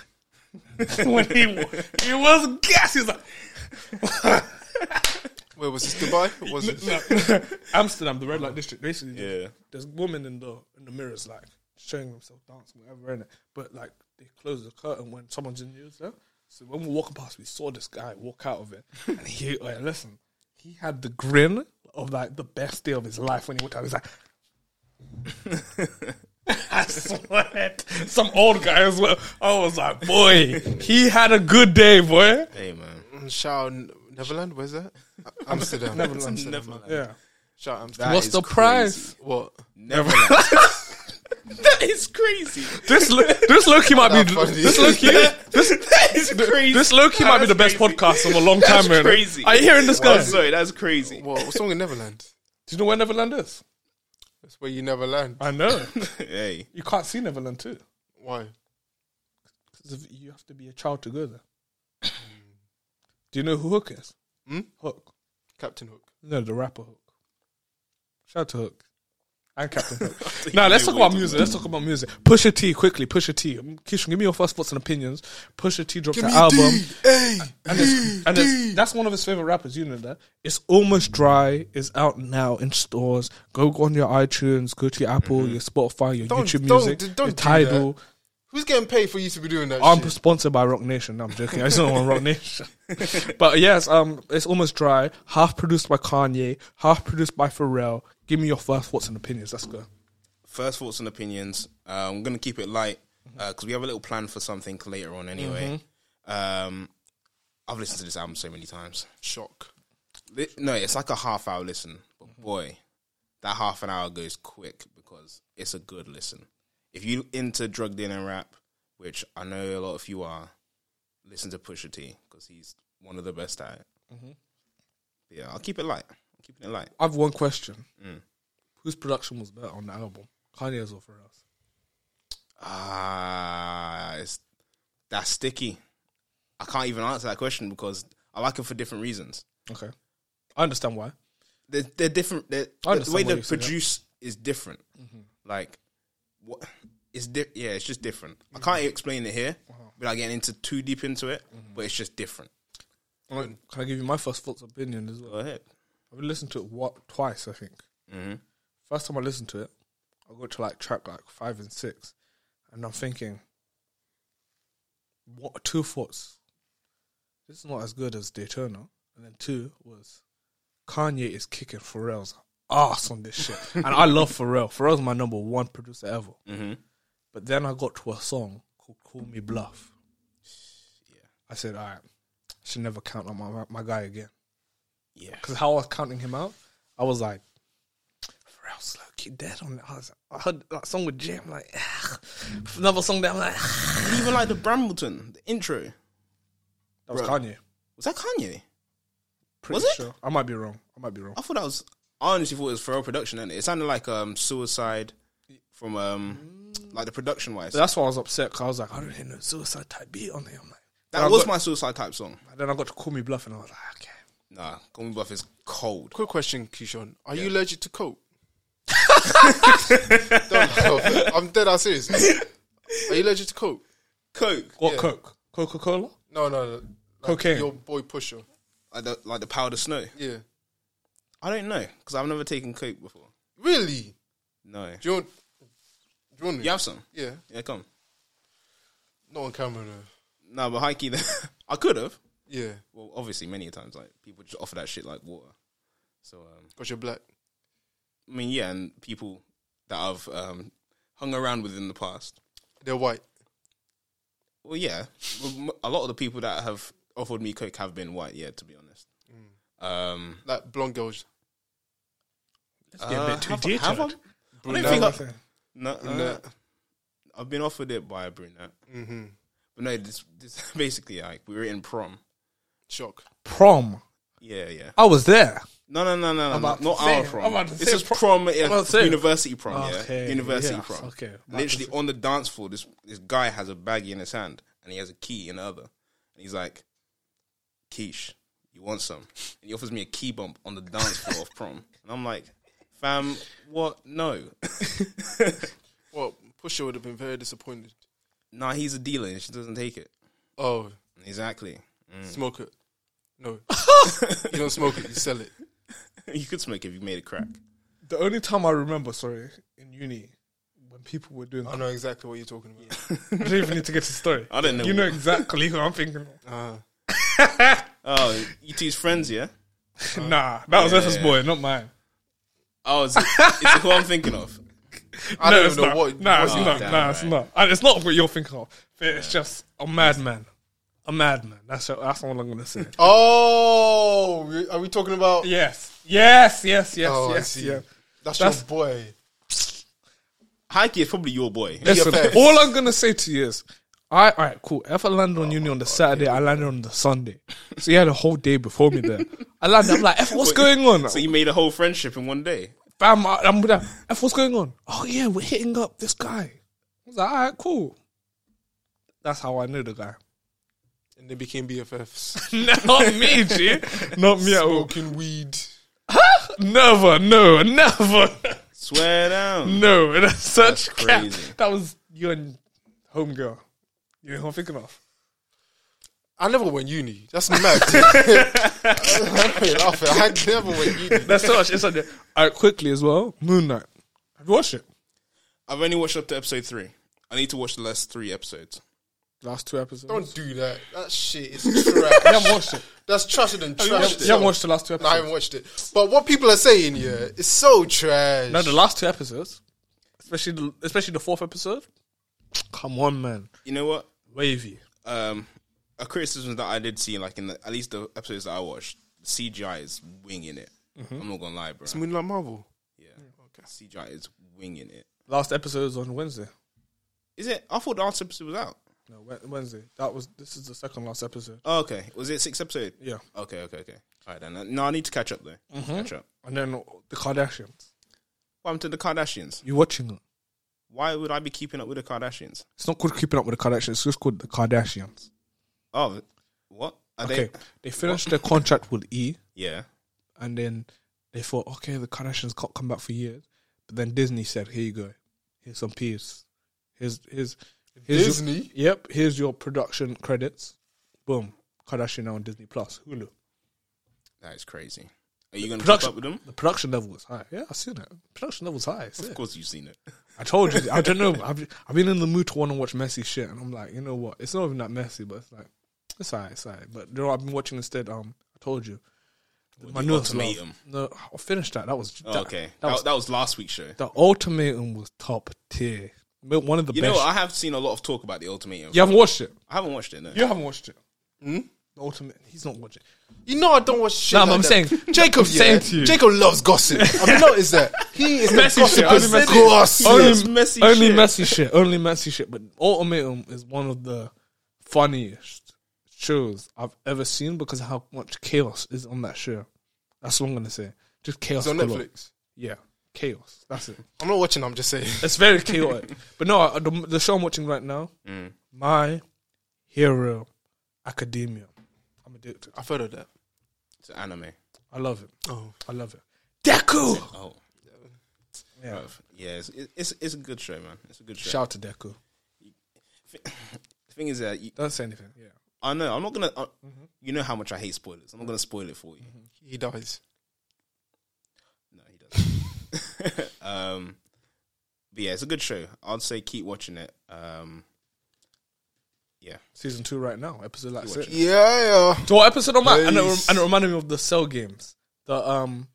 when he wa- he was gas. He was like Where was this? Dubai? Was it? No. Amsterdam, the red light district. Basically, Yeah. there's women in the in the mirrors like showing themselves dancing, whatever, in it. But like they close the curtain when someone's in the news there. So when we were walking past, we saw this guy walk out of it, and he like, listen, he had the grin of like the best day of his life when he walked out. He's like. I swear, it. some old guy as well. I was like, boy, he had a good day, boy. Hey man, Shout Neverland? Where's that? Amsterdam. Neverland. Amsterdam. Yeah. Shout Amsterdam. What's is the crazy. price? What? never. that is crazy. This lo- this Loki might be That's funny. this Loki this That is crazy. this Loki might be the best That's podcast of a long time. That's man. crazy. Are you hearing this guy? I'm Do sorry, that's crazy. What? What's wrong with Neverland? you know where Neverland is? That's where you never land. I know Hey, you can't see Neverland too. Why? 'Cause if- You have to be a child to go there. Do you know who Hook is? Hmm? Hook. Captain Hook. No, the rapper Hook. Shout out to Hook and Captain Hook. you now let's knew talk what about you music. Let's talk about music. Push a T quickly. Push a T. Um, Kishon, give me your first thoughts and opinions. Push a T dropped an album. Hey! And, it's, and it's, that's one of his favorite rappers, you know that. It's almost dry. It's out now in stores. Go on your iTunes, go to your Apple, your Spotify, your Mm-hmm. Don't- YouTube don't- Music, don't your do Tidal. Who's getting paid for you to be doing that I'm shit? sponsored by Rock Nation. No, I'm joking. I just don't want Rock Nation. but yes, um, it's almost dry. Half produced by Kanye, half produced by Pharrell. Give me your first thoughts and opinions. Let's go. first thoughts and opinions. Uh, I'm gonna keep it light because we have a little plan for something later on anyway. Um, I've listened to this album so many times. Shock. Li- No, it's like a half hour listen, but boy, that half an hour goes quick because it's a good listen. If you into drugged in and rap, which I know a lot of you are, listen to Pusha T because he's one of the best at it. Yeah, I'll keep it light. I'm keeping it light. I have one question. Mm. Whose production was better on the album, Kanye's or Pharrell's? Ah, it's that's sticky. I can't even answer that question because I like it for different reasons. Okay, I understand why. They're, they're different. They're, I the way understand why they you say that. produce is different. Like, what? It's di- yeah, it's just different. I can't explain it here, without getting into too deep into it, but it's just different. Can I give you my first thoughts opinion as well? Go ahead. I've listened to it what twice, I think. First time I listened to it, I got to like track like five and six, and I'm thinking, what two thoughts? This is not as good as Daytona. And then two was Kanye is kicking Pharrell's ass on this shit, and I love Pharrell. Pharrell's my number one producer ever. But then I got to a song called "Call Me Bluff." I said, "All right, should never count on my my, my guy again." Yeah. because how I was counting him out, I was like, Pharrell's low key dead on it. I, was, I heard that song with Jim, like, another song that I'm like, And even like the Brambleton, the intro. that was Bro. Kanye. Was that Kanye? Pretty Was it? sure. I might be wrong. I might be wrong. I thought that was. I honestly thought it was Pharrell production, and it? it sounded like um Suicide from um like the production wise. That's why I was upset because I was like, I don't hear no suicide type beat on here. I'm like, That Then I was got- my Suicide type song. Then I got to call me bluff, and I was like, okay. Nah, Golden Buff is cold. Quick question, Keyshawn. Are you allergic to coke? Don't laugh. I'm dead ass serious. Are you allergic to coke? Coke, What Coke? Coca Cola? No, no. no. Like Cocaine. Your boy pusher. like the like the powder snow. Yeah. I don't know because I've never taken Coke before. Really? No, Do you want? Do you want? me? you have some? Yeah. Yeah, come. Not on camera though. No, but Heike, I could have. Yeah. Well, obviously, many times like people just offer that shit like water. So um, Cause you're black. I mean, yeah, and people that I've um, hung around with in the past. They're white. Well, yeah, well, m- a lot of the people that have offered me coke have been white. Yeah, to be honest. Um, Like blonde girls. Let's get a bit too uh, have I- have I- detailed. I don't think I, Brunette. no, uh, I've been offered it by a brunette. Mm-hmm. But no, this, this basically like we were in prom. Shock. Prom. Yeah, yeah. I was there. No, no, no, no, no. about Not to not say- our I'm prom. about to This say is prom- prom. I'm about Yeah, to say- university prom. Okay, yeah, university yes, prom. okay. About to Literally on the dance floor, this this guy has a baggie in his hand and he has a key in the other, and he's like, "Keish, you want some?" And he offers me a key bump on the dance floor of prom, and I'm like, "Fam, what? No." Well, pusher would have been very disappointed. nah, he's a dealer and she doesn't take it. Oh, Exactly. smoke it. No, you don't smoke it. You sell it. you could smoke if you made a crack. The only time I remember, sorry, in uni, when people were doing I know exactly what you're talking about. I don't even need to get the story. I don't know. Uh-huh. You know exactly who I'm thinking. of. Uh, Oh, you two's friends, yeah? nah, that was Yeah. Effa's boy, not mine. Oh, it's, it's who I'm thinking of. I no, don't it's even know not. what. Nah, what's it's in not. damn Nah, it's right. not. And it's not what you're thinking of. It's just a madman. A madman. That's that's all I'm gonna say. Oh, we- are we talking about? yes, yes, yes, yes, oh, I yes. see. Yeah. That's, That's- your boy. Heike is probably your boy. Listen, BFFs. all I'm gonna say to you is, I all right, cool. If I landed Oh on uni on the Saturday, I landed on the Sunday. So you had a whole day before me there. I landed. I'm like, F, what's going on? So you made a whole friendship in one day. Bam, I- I'm with that. F, what's going on? Oh yeah, we're hitting up this guy. I was like, all right, cool. That's how I knew the guy. And they became BFFs. Not me, G. Not me at all. Smoking weed. Never, no, never, Swear down. no. That's such That's cap. crazy. That was you and homegirl. You know who I'm thinking of. I never went uni. That's mad. I, I never went uni. That's so much inside there. All right, quickly as well. Moon Knight. Have you watched it? I've only watched up to episode three. I need to watch the last three episodes. Last two episodes. Don't do that. That shit is trash. You haven't watched it. That's trasher than You haven't, trash. you haven't watched the last No, I two episodes. haven't watched it. But what people are saying, yeah, it's so trash. No, the last two episodes, especially the, especially the fourth episode. Come on, man. You know what? Wavy. Um, a criticism that I did see, like in the, at least the episodes that I watched, CGI is winging it. I'm not gonna lie, bro. Moonlight Marvel. Mm-hmm. Yeah, CGI is winging it. Last episode was on Wednesday. Is it? I thought the last episode was out. No, Wed- Wednesday. That was. This is the second last episode. Oh, okay, was it six episode? Yeah. Okay, okay, okay. All right, then. No, I need to catch up though. Mm-hmm. Catch up. And then the Kardashians. What happened to the Kardashians? You watching it? Why would I be keeping up with the Kardashians? It's not called Keeping Up with the Kardashians. It's just called the Kardashians. Oh, what? Are Okay. They, They finished their contract with E, yeah. and then they thought, okay, the Kardashians can't come back for years. But then Disney said, here you go, here's some peas. Here's here's Here's your- Disney? yep. Here's your production credits. Boom. Kardashian now on Disney Plus, Hulu. That is crazy. Are you going to keep production- up with them? The production level was high. Yeah, I've seen that. Production level's high. it's Of it. course, you've seen it. I told you. I don't know. I've, I've been in the mood to want to watch messy shit, and I'm like, you know what? It's not even that messy, but it's like, it's alright, it's alright. But you know, what I've been watching instead. Um, I told you. My the newest ultimatum. love. No, I finished that. That was Oh, that, okay, that, That was, that was last week's show. the ultimatum was top tier. One of the You best. know, I have seen a lot of talk about the ultimatum. you haven't watched it. I haven't watched it. No. You haven't watched it. The ultimate. He's not watching. You know I don't watch shit. Nah, like I'm that. saying- Jacob. I'm yeah, saying to you. Jacob loves gossip. I've noticed that he is Messy messy shit, gossip. only Only messy- gossip. Yes, Only messy messy, only shit. messy shit. Only messy shit. But ultimatum is one of the funniest shows I've ever seen because of how much chaos is on that show. That's what I'm gonna say. Just chaos. It's on galore. Netflix. Yeah, chaos. That's it. I'm not watching. I'm just saying. It's very chaotic. but no, uh, the, the show I'm watching right now, my hero, Academia. I'm addicted. I've heard of that. It's an anime. I love it. Oh, I love it. Deku. Oh, Yeah. yeah. It's, it's it's a good show, man. It's a good show. Shout to Deku. the thing is that you, Don't say anything. Yeah. I know I'm not gonna. Uh, Mm-hmm. You know how much I hate spoilers. I'm not gonna spoil it for you. he dies. No, he doesn't. um, but yeah, it's a good show. I'd say keep watching it. Um, yeah, Season two right now. Episode like six. Yeah, yeah. So what episode am I? And it, rem- Nice. and it reminded me of the Cell Games, the um,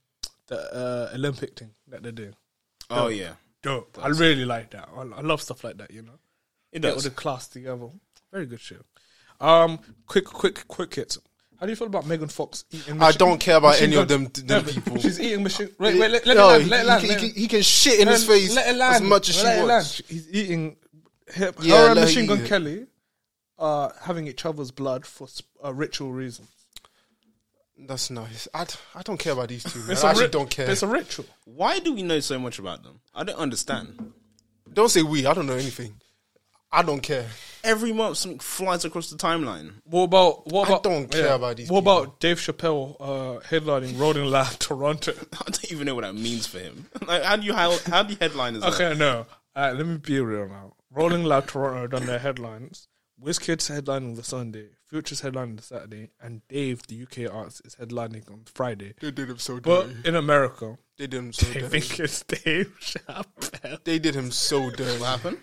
the uh, Olympic thing that they do. Oh yeah, Dope. I really like that. I, I love stuff like that. You know, it get all the class together. Very good show. Um, quick, quick, quick hits. How do you feel about Megan Fox eating? I don't care about any of gun- them- them Yeah, people. She's eating machine. Wait, wait, let, let Yo, it land. he- Let it he land. can- let he it- can- He can shit in his let- face let it as land, much as she let it wants. land. He's eating. Her, Yeah, her and let her Machine eat Gun it. Kelly are having each other's blood for sp- uh, ritual reasons. That's nice. I, d- I don't care about these two. Man. It's I a actually ri- don't care. It's a ritual. Why do we know so much about them? I don't understand. Don't say we. I don't know anything. I don't care. Every month, something flies across the timeline. What about what I about? don't care about these What people. about Dave Chappelle uh, headlining Rolling Loud Toronto? I don't even know what that means for him. Like, how do you how, how do you headline as okay, no. Alright, let me be real now. Rolling Loud Toronto done their headlines. Wizkid's headlining the Sunday, Future's headlining the Saturday, and Dave, the UK artist, is headlining on Friday. They did him so But dirty. in America, They did him so they dirty. think it's Dave Chappelle. They did him so dirty. What happened?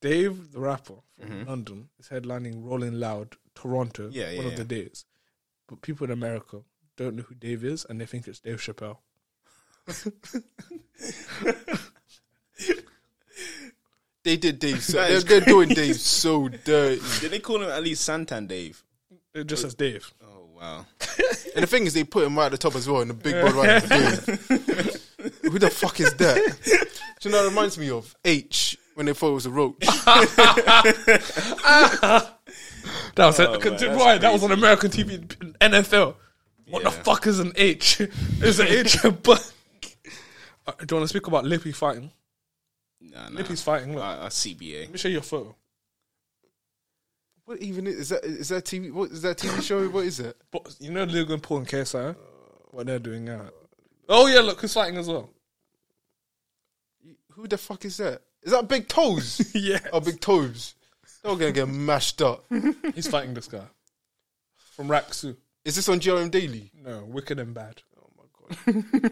Dave, the rapper from London, is headlining Rolling Loud Toronto Mm-hmm. Yeah, yeah, one of yeah. the days. But people in America don't know who Dave is and they think it's Dave Chappelle. They did Dave. So, That they're, is they're doing Dave so dirty. Did they call him at least Santan Dave? It Uh, just says Dave. Oh wow. And the thing is, they put him right at the top as well in the big board right at the bottom. Who the fuck is that? Do you know what it reminds me of? H when they thought it was a roach. That was it. man, Because- that's why? That was on American TV, NFL. What the Yeah. fuck is an H? Is an H a buck? Uh, do you want to speak about Lippy fighting? Nah, nah. Lippy's fighting. Look, Uh, let uh, CBA. me show you a photo. What even is, is that? Is that TV? What is that TV show? What is it? But you know Logan Paul and Uh, KSI, what they're doing now. Oh yeah, look who's fighting as well. Who the fuck is that? Is that Big Toes? yeah, Oh, Big Toes. They're gonna get mashed up. he's fighting this guy from Raksu. Is this on GRM Daily? No, wicked and bad. Oh my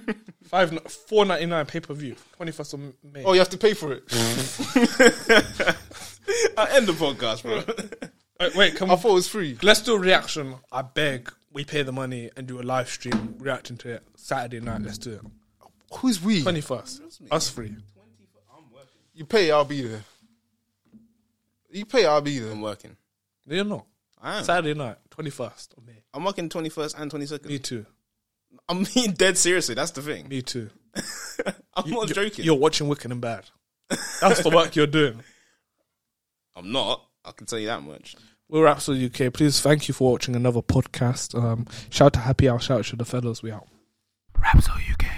god. Five four ninety nine pay per view, twenty first of May. Oh, you have to pay for it. Uh, end the podcast, bro. Wait, wait, come I on. thought it was free. Let's do a reaction. I beg. We pay the money and do a live stream reacting to it Saturday night. Let's do it. Who's we? Twenty first. Us free. You pay, I'll be there. You pay, I'll be I'm there. working. No, you're not. I am. Saturday night, twenty first of May. I'm working 21st and Me 22nd. too. I'm being dead seriously. That's the thing. Me too. I'm not You- joking. You're watching Wicked and Bad. That's the work you're doing. I'm not. I can tell you that much. We're Absolute UK. Please thank you for watching another podcast. Um, shout to Happy Hour, shout to the fellows. We out. Rapso UK.